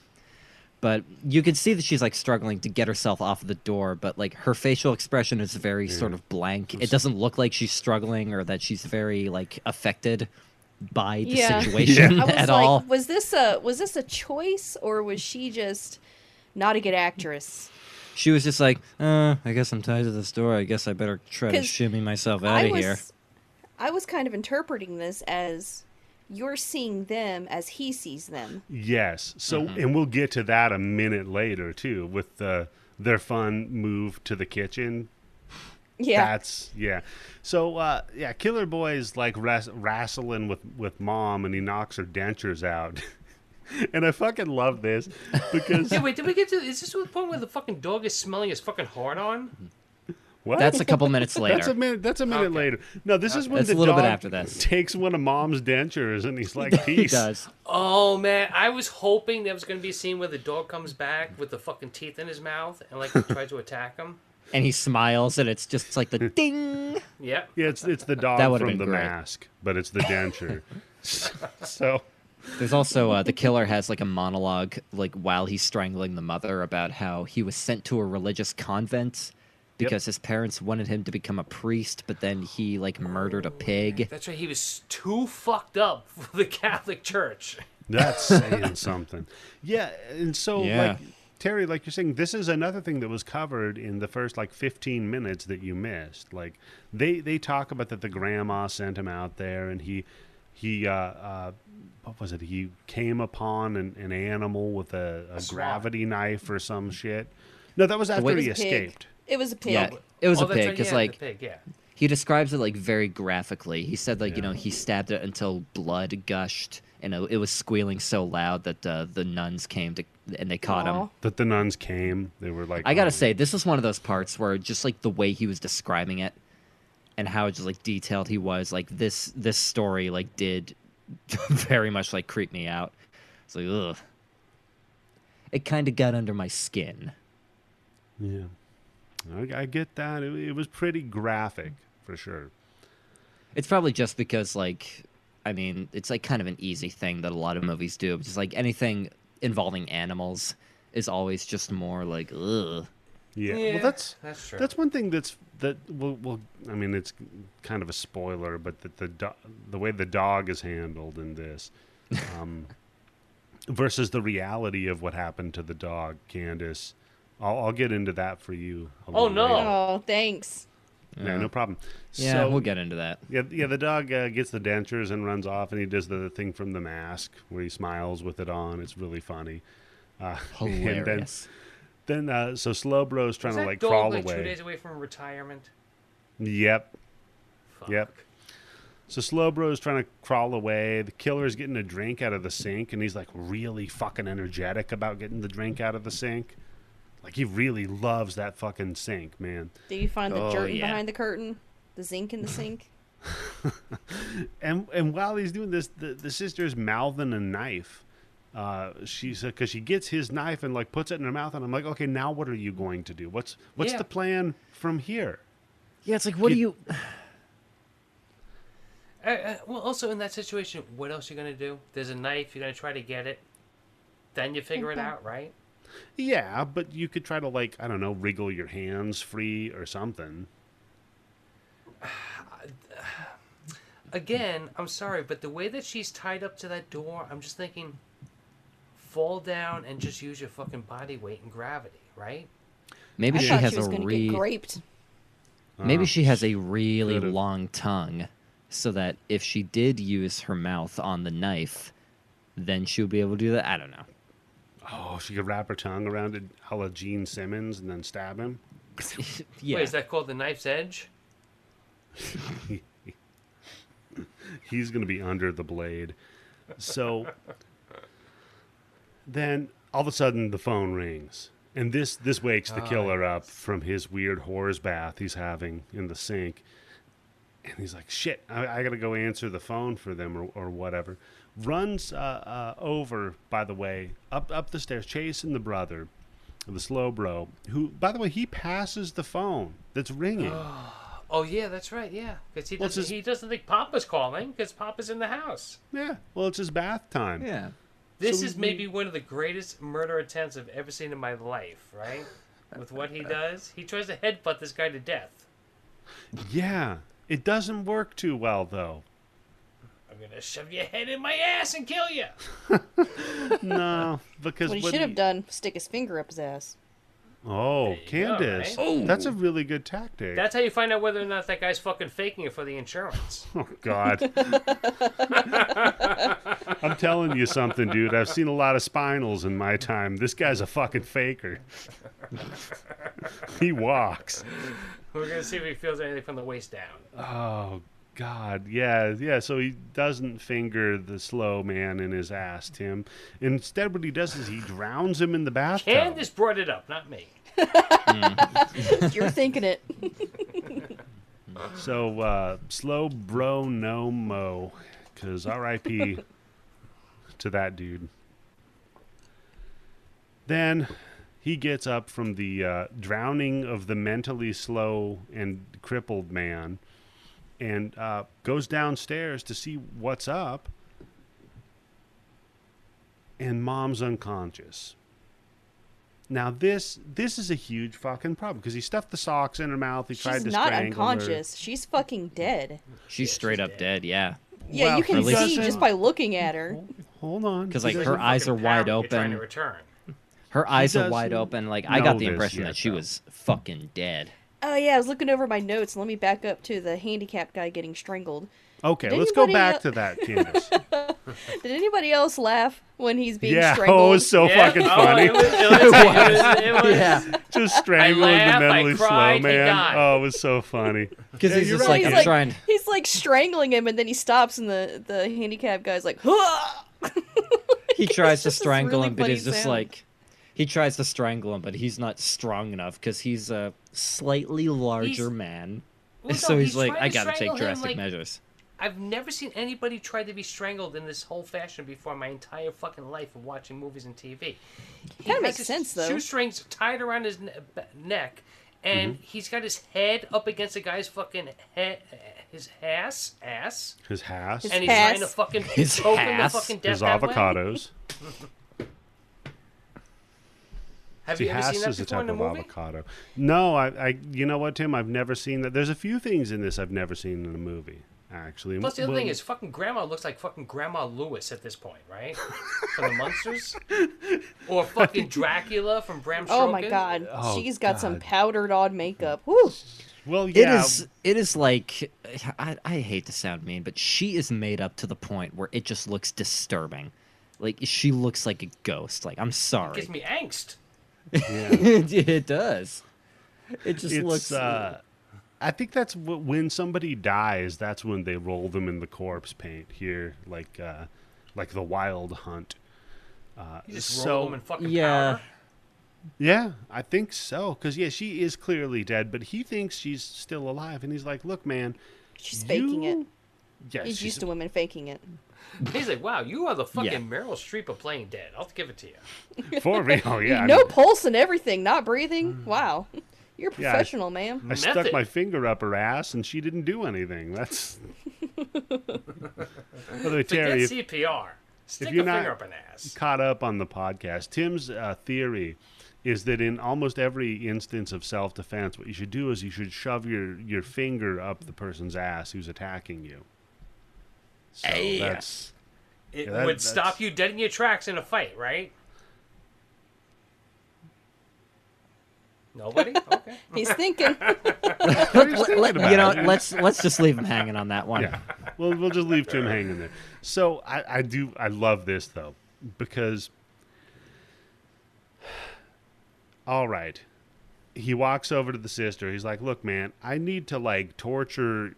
But you can see that she's like struggling to get herself off the door. But like her facial expression is very sort of blank. It doesn't look like she's struggling or that she's very like affected by the
Yeah.
situation
I was
at
like,
all.
was this a was this a choice or was she just not a good actress?
She was just like, uh, I guess I'm tied to this door. I guess I better try to
'Cause
shimmy myself out
I
of
was
here.
I was kind of interpreting this as you're seeing them as he sees them.
Yes. So,
Mm-hmm.
and we'll get to that a minute later too, with the their fun move to the kitchen.
Yeah.
That's yeah. So uh, yeah, Killer Boy's like ras- wrestling with with mom, and he knocks her dentures out. and I fucking love this because
Yeah, wait, did we get to? Is this the point where the fucking dog is smelling his fucking horn on?
what?
That's a couple minutes later.
That's a minute. That's a minute
Okay.
later. No, this is when
That's
the
a little bit
dog
after this.
takes one of mom's dentures, and he's like, "Peace."
he does.
Oh man, I was hoping there was gonna be a scene where the dog comes back with the fucking teeth in his mouth and like tries to attack him.
And he smiles, and it's just like the ding.
Yep.
Yeah, it's it's the dog
That would've
from
been
the
great.
mask, but it's the denture. so
There's also uh, the killer has like a monologue, like while he's strangling the mother, about how he was sent to a religious convent because his parents wanted him to become a priest, but then he like murdered a pig.
That's right. He was too fucked up for the Catholic Church.
that's saying something. Yeah, and so
Yeah.
like Terry, like you're saying, this is another thing that was covered in the first like 15 minutes that you missed. Like they they talk about that the grandma sent him out there, and he he uh, uh, what was it? He came upon an, an animal with a, a,
swan.
gravity knife or some shit. No, that was after
way-
he
It was a pig.
escaped.
It was a pig.
Yeah, it was
Oh,
a
that's
pig.
right,
Cause
yeah,
like
the pig, yeah.
he describes it like very graphically. He said like you know he stabbed it until blood gushed and it, it was squealing so loud that uh, the nuns came to and they caught him.
Aw.
That the nuns came. They were like,
I gotta
"Oh,
say this is one of those parts where just like the way he was describing it and how just like detailed he was like this this story like did very much like creep me out. It's like ugh, it kind of got under my skin.
Yeah, I, I get that. It, it was pretty graphic for sure.
It's probably just because, like, I mean, it's like kind of an easy thing that a lot of movies do. Just like anything involving animals is always just more like, ugh.
Yeah.
Yeah,
Well, that's
that's true.
that's one thing that's that well, well I mean it's kind of a spoiler, but that the do- the way the dog is handled in this um, versus the reality of what happened to the dog, Candace. I'll, I'll get into that for you. a
Oh,
little
no.
later.
Oh, thanks.
Yeah, no problem.
Yeah,
so,
we'll get into that.
Yeah, yeah. The dog uh, gets the dentures and runs off, and he does the thing from the mask where he smiles with it on. It's really funny. Uh, and then-
Hilarious.
then, uh, so Slowbro's trying
Is
to
that
like
dog,
crawl
like,
away.
Two days away from retirement.
Yep.
Fuck.
Yep. So Slowbro's trying to crawl away. The killer's getting a drink out of the sink, and he's like really fucking energetic about getting the drink out of the sink. Like he really loves that fucking sink, man.
Did you find the
Oh,
curtain
yeah.
behind the curtain? The zinc in the sink?
And and while he's doing this, the, the sister's mouthing a knife. Uh, she's because she gets his knife and like puts it in her mouth, and I'm like, okay, now what are you going to do? What's what's
Yeah.
the plan from here?
Yeah, it's like, what do
Kid-
you.
Uh, uh, well, also in that situation, what else you gonna do? There's a knife. You're gonna try to get it. Then you figure it
Okay.
out, right?
Yeah, but you could try to like I don't know, wriggle your hands free or something.
Again, I'm sorry, but the way that she's tied up to that door, I'm just thinking, fall down and just use your fucking body weight and gravity, right?
Maybe
I
she
thought
has
she was
a
going to
re.
get graped.
Maybe she has a really
could've.
long tongue, so that if she did use her mouth on the knife, then she would be able to do that. I don't know.
Oh, she could wrap her tongue around it, a la Gene Simmons, and then stab him.
yeah.
Wait, is that called the knife's edge?
He's going to be under the blade. So then all of a sudden the phone rings. And this this wakes the killer up from his weird horror's bath he's having in the sink. And he's like, shit, I, I got to go answer the phone for them or, or whatever. Runs uh, uh, over, by the way, up, up the stairs, chasing the brother, the slow bro, who, by the way, he passes the phone that's ringing.
Oh yeah, that's right. Yeah, because he
What's
doesn't.
his-
He doesn't think Papa's calling because Papa's in the house.
Yeah. Well, it's his bath time.
yeah.
This
So
is
we-
maybe one of the greatest murder attempts I've ever seen in my life, right? With what he does, he tries to headbutt this guy to death.
Yeah. It doesn't work too well though.
I'm gonna shove your head in my ass and kill you.
No, Uh, because
Uh, What he
when
should have done, stick his finger up his ass.
Oh,
you go,
Candace,
right?
that's a really good tactic.
That's how you find out whether or not that guy's fucking faking it for the insurance.
Oh God. I'm telling you something, dude. I've seen a lot of spinals in my time. This guy's a fucking faker. he walks.
We're gonna see if he feels anything from the waist down.
Oh God, yeah, yeah. So he doesn't finger the slow man in his ass, Tim. Instead, what he does is he drowns him in the bathtub.
Candace brought it up, not me.
You're thinking it.
So uh, slow bro no mo, because R.I.P. to that dude. Then he gets up from the uh, drowning of the mentally slow and crippled man, and uh, goes downstairs to see what's up. And mom's unconscious. Now this this is a huge fucking problem because he stuffed the socks in her mouth. He tried
She's
to
not
strangle her.
unconscious. She's fucking dead.
She's straight up dead. Yeah.
Yeah,
Well,
you can
at least-
see just by looking at her.
Hold on.
'Cause, like,
She
her
doesn't-
eyes are
Fucking parent
wide
you're Trying to
open.
return.
Her eyes are wide
doesn't
open. Like I got
know
the
this
impression
yet,
that she
though.
was fucking dead.
Oh yeah, I was looking over my notes. Let me back up to the handicapped guy getting strangled.
Okay,
Did
let's go
anybody
back
el-
to that, Candace.
Did anybody else laugh when he's being
yeah,
strangled?
oh, it was so
Yeah,
fucking
oh,
funny.
It was. It was, it was, it was-
Just strangling
laugh,
the
I
mentally
cried,
slow
he
man.
died.
Oh, it was so funny.
Because he's
you're
just
right.
like
he's
I'm
like,
trying.
He's like strangling him, and then he stops, and the the handicapped guy's like, "Huh!"
He tries
just
to
this
strangle
really
him, but
funny
he's just
sound.
like. He tries to strangle him, but he's not strong enough because he's a slightly larger
He's-
man.
Well,
so
no,
he's,
he's
like,
trying
I
to
gotta take
strangle him,
drastic
like-
measures.
I've never seen anybody try to be strangled in this whole fashion before in my entire fucking life of watching movies and TV. He
Kinda
has
makes
his
sense, though.
Shoestrings tied around
Mm-hmm.
his ne- b- neck, and he's got his head up against the guy's fucking head, his ass, ass,
His hass,
His
and he's
ass.
trying to fucking
His
choke him to
ass.
fucking death.
his
that way.
avocados.
Have
See,
you ever seen
Hass
that
is a
before
type
in a
of
movie?
avocado. No, I, I, you know what, Tim? I've never seen that. There's a few things in this I've never seen in a movie, actually.
Plus, the other
Well,
thing is, fucking grandma looks like fucking Grandma Lewis at this point, right? From the monsters, or fucking Dracula from Bram Stoker.
Oh my god,
Oh,
she's got some
God.
powdered odd makeup. Whew.
well,
It
yeah,
is- It is like I, I hate to sound mean, but she is made up to the point where it just looks disturbing. Like she looks like a ghost. Like I'm sorry.
Gives me angst.
yeah.
it does. It just
it's.
looks.
uh, I think that's wh- when somebody dies. That's when they roll them in the corpse paint here, like, uh, like the Wild Hunt. Uh,
You just
so
roll them in fucking
yeah.
powder.
yeah, I think so. Because yeah, she is clearly dead, but he thinks she's still alive, and he's like, "Look, man,
She's faking
you-
it.
Yeah,
He's
she's
used to women faking it.
He's like, wow, you are the fucking
Yeah.
Meryl Streep of playing dead. I'll give it to you.
for real. Yeah, I
no
mean, Mm.
pulse and everything, not breathing. Wow. You're a
Yeah, I-
professional, ma'am.
I stuck
Method.
my finger up her ass and she didn't do anything. That's. By the way, Terry,
Forget
if you
CPR. Stick a
you're
finger
not-
up an ass.
caught up on the podcast, Tim's uh, theory is that in almost every instance of self defense, what you should do is you should shove your, your finger up the person's ass who's attacking you. So
Hey.
that's.
It
Yeah, that-
would
that's-
stop you dead in your tracks in a fight, right? Nobody? Okay.
He's thinking.
Terry's thinking
Let-
about
you know,
it.
let's let's just leave him hanging on that one.
yeah. We'll we'll just leave Tim hanging there. So I, I do I love this though because all right. He walks over to the sister. He's like, "Look, man, I need to like torture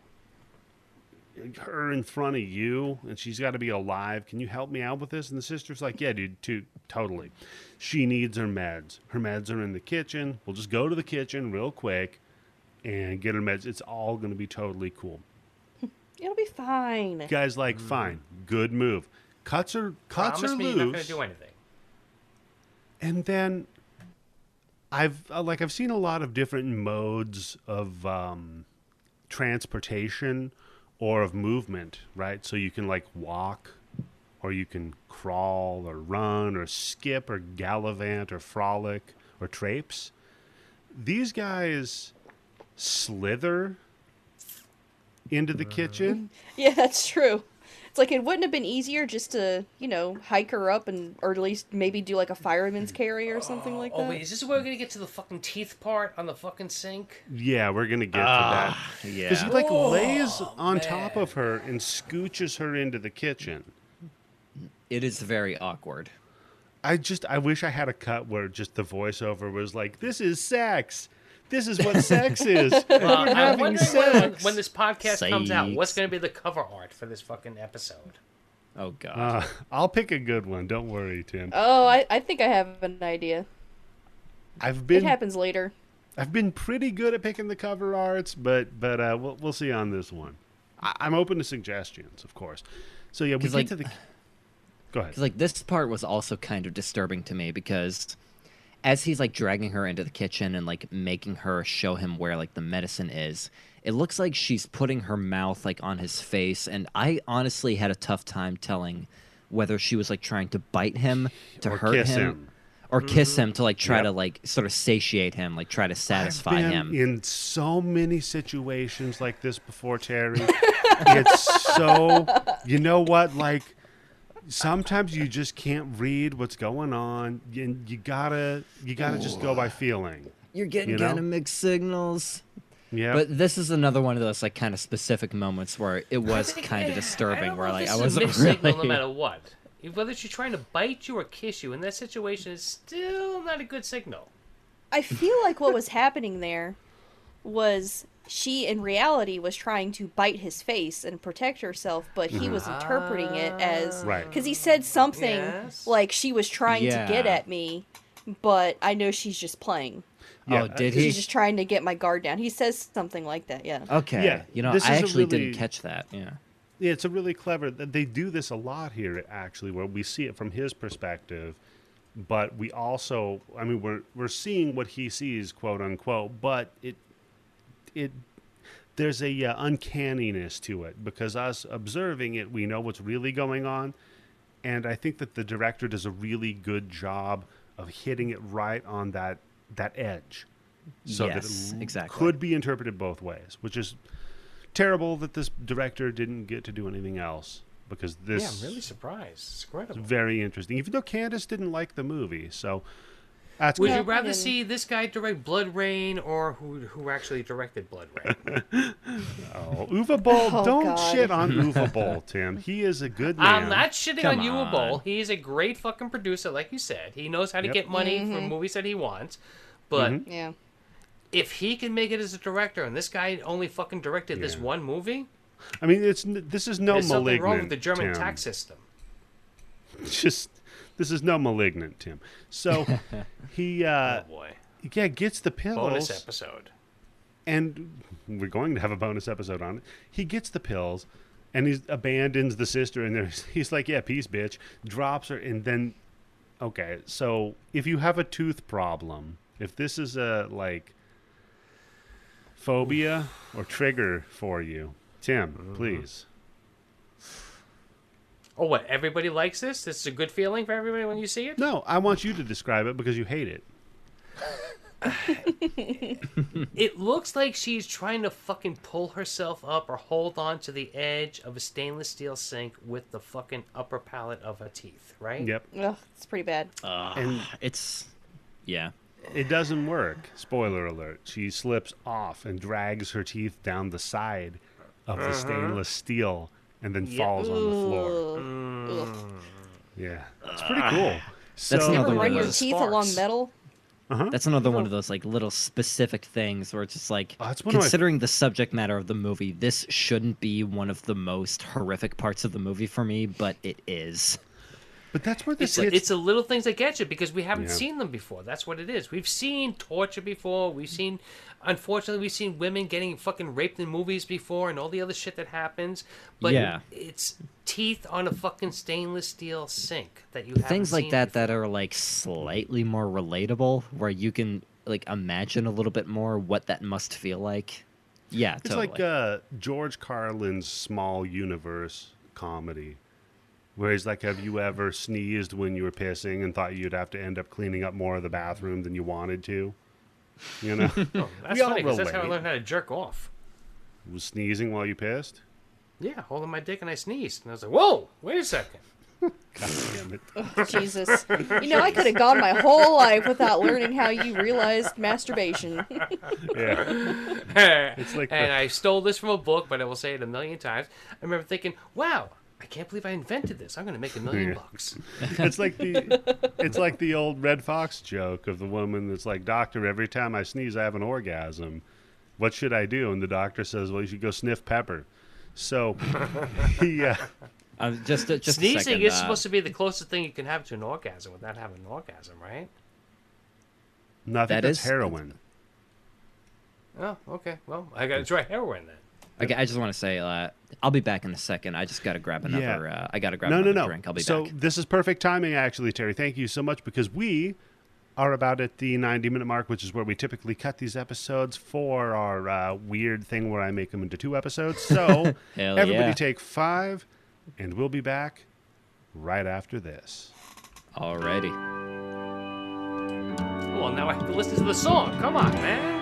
her in front of you and she's got to be alive. Can you help me out with this?" And the sister's like, "Yeah, dude, too, totally. She needs her meds. Her meds are in the kitchen. We'll just go to the kitchen real quick and get her meds. It's all going to be totally cool."
It'll be fine.
Guy's like, fine, good move. Cuts her, cuts
Mm. Promise
her
me
loose,
you're not going to do anything.
and then I've uh, like I've seen a lot of different modes of um, transportation or of movement, right? So you can like walk, or you can crawl, or run, or skip, or gallivant, or frolic, or traipse. These guys slither into the kitchen.
Yeah, that's true. It's like it wouldn't have been easier just to, you know, hike her up and, or at least maybe do like a fireman's carry or something like
Oh,
that.
wait, is this where we're going to get to the fucking teeth part on the fucking sink?
Yeah, we're gonna get to
Ah.
that.
Yeah.
Because he like
Oh,
lays on top
man.
of her and scooches her into the kitchen.
It is very awkward.
I just I wish I had a cut where just the voiceover was like, "This is sex. This is what sex is. We're
Uh, I'm
having
wondering when,
sex."
when this podcast comes out, what's
Sex.
going to be the cover art for this fucking episode?
Oh god.
Uh, I'll pick a good one. Don't worry, Tim.
Oh, I, I think I have an idea.
I've
It
been
happens later.
I've been pretty good at picking the cover arts, but but uh, we'll we'll see on this one. I, I'm open to suggestions, of course. So yeah, we
'Cause,
get
like-
to the. Go ahead.
'Cause, like this part was also kind of disturbing to me because as he's like dragging her into the kitchen and like making her show him where like the medicine is, it looks like she's putting her mouth like on his face and I honestly had a tough time telling whether she was like trying to bite him to
Or
hurt
kiss
him,
him. Mm-hmm.
or kiss him to like try
Yep.
to like sort of satiate him, like try to satisfy
been
him.
in so many situations like this before, Terry. it's so you know what? Like sometimes you just can't read what's going on, and you gotta you gotta just go by feeling.
You're getting
you know?
kind of mixed signals.
Yeah,
But this is another one of those like kind of specific moments where it was
think-
kind
eh,
of disturbing.
don't
Where
know
like
if
I
this is
wasn't
mixed
really.
signal no matter what. Whether she's trying to bite you or kiss you, in that situation, is still not a good signal.
I feel like what was happening there was she in reality was trying to bite his face and protect herself, but he was
Mm-hmm.
interpreting it as
Right.
because he said something
Ah. Yes.
like she was trying
Yeah.
to get at me, but I know she's just playing.
Yeah,
oh, did
uh,
he?
She's just trying to get my guard down. He says something like that, yeah.
Okay.
Yeah,
you know,
this
I
is a
actually
really-
didn't catch that. Yeah.
yeah, it's a really clever. They do this a lot here, actually, where we see it from his perspective, but we also, I mean, we're we're seeing what he sees, quote unquote. But it it there's a uh, uncanniness to it because us observing it, we know what's really going on, and I think that the director does a really good job of hitting it right on that that edge, so
Yes,
that it
exactly.
could be interpreted both ways, which is terrible that this director didn't get to do anything else because this
Yeah, I'm really surprised. It's incredible.
very interesting. Even though Candace didn't like the movie, so that's
Would
cool.
you rather
didn't.
see this guy direct Blood Rain or who who actually directed Blood Rain?
Oh, Uwe Boll,
Oh,
don't
God.
shit on Uwe Boll, Tim. He is a good man.
I'm not shitting
Come
on you a bowl.
on.
He is a great fucking producer, like you said. He knows how to
Yep. Mm-hmm.
get money from movies that he wants. But
Yeah.
if he can make it as a director, and this guy only fucking directed this
Yeah.
one movie,
I mean, it's n- this is no
there's something
malignant.
wrong with the German
Tim.
tax system.
Just this is no malignant, Tim. So he, uh,
oh boy,
yeah, gets the
bonus
pills,
episode.
and we're going to have a bonus episode on it. He gets the pills, and he abandons the sister, and there's, he's like, "Yeah, peace, bitch." Drops her, and then, okay, so if you have a tooth problem, if this is a like phobia or trigger for you, Tim, please.
Oh what? Everybody likes this. This is a good feeling for everybody when you see it.
No, I want you to describe it because you hate it.
It looks like she's trying to fucking pull herself up or hold on to the edge of a stainless steel sink with the fucking upper palate of her teeth, right?
Yep.
Ugh, it's pretty bad.
Uh,
And
It's yeah.
it doesn't work. Spoiler alert. She slips off and drags her teeth down the side of the stainless steel and then falls on the floor.
Ugh. Ugh.
Yeah. It's pretty cool. So,
That's
Ever
another one
run
of
your
those.
teeth
sparks.
along metal?
That's another one of those like little specific things where it's just like
Oh, that's one of my-
considering the subject matter of the movie, this shouldn't be one of the most horrific parts of the movie for me, but it is.
But that's where this
It's,
hits.
it's the little things that get you because we haven't
Yeah.
seen them before. That's what it is. We've seen torture before. We've seen, unfortunately, we've seen women getting fucking raped in movies before and all the other shit that happens. But
Yeah.
it's teeth on a fucking stainless steel sink that you haven't
Things like
seen
that that are like slightly more relatable where you can like imagine a little bit more what that must feel like. Yeah,
It's
totally.
like uh, George Carlin's small universe comedy, where he's like, "Have you ever sneezed when you were pissing and thought you'd have to end up cleaning up more of the bathroom than you wanted to?" You know,
before. That's
We all
funny 'cause that's how I
relate.
learned how to jerk off.
was sneezing while you pissed.
Yeah, holding my dick and I sneezed. And I was like, whoa, wait a second.
God damn it.
Jesus. You know, I could have gone my whole life without learning how you realized masturbation.
Yeah.
it's
like
and
the-
I stole this from a book, but I will say it a million times. I remember thinking, wow, I can't believe I invented this. I'm going to make a million
Yeah.
bucks.
It's like the it's like the old Red Fox joke of the woman that's like, Doctor, every time I sneeze I have an orgasm. What should I do? And the doctor says, Well you should go sniff pepper. So he uh,
Uh, just a- just
Sneezing
a second,
is
uh,
supposed to be the closest thing you can have to an orgasm without having an orgasm, right?
no, I think
That
that's
is-
heroin.
Oh, okay. Well, I got to try heroin then.
Okay, I just want to say uh, I'll be back in a second. I just got to grab another
Yeah.
uh, I got to grab
No, no,
another
no.
drink. I'll be
so
back.
this is perfect timing actually, Terry. Thank you so much because we are about at the 90 minute mark, which is where we typically cut these episodes for our uh, weird thing where I make them into two episodes. So
Hell
everybody
yeah.
take five, and we'll be back right after this.
Alrighty.
Well, now I have to listen to the song. Come on, man.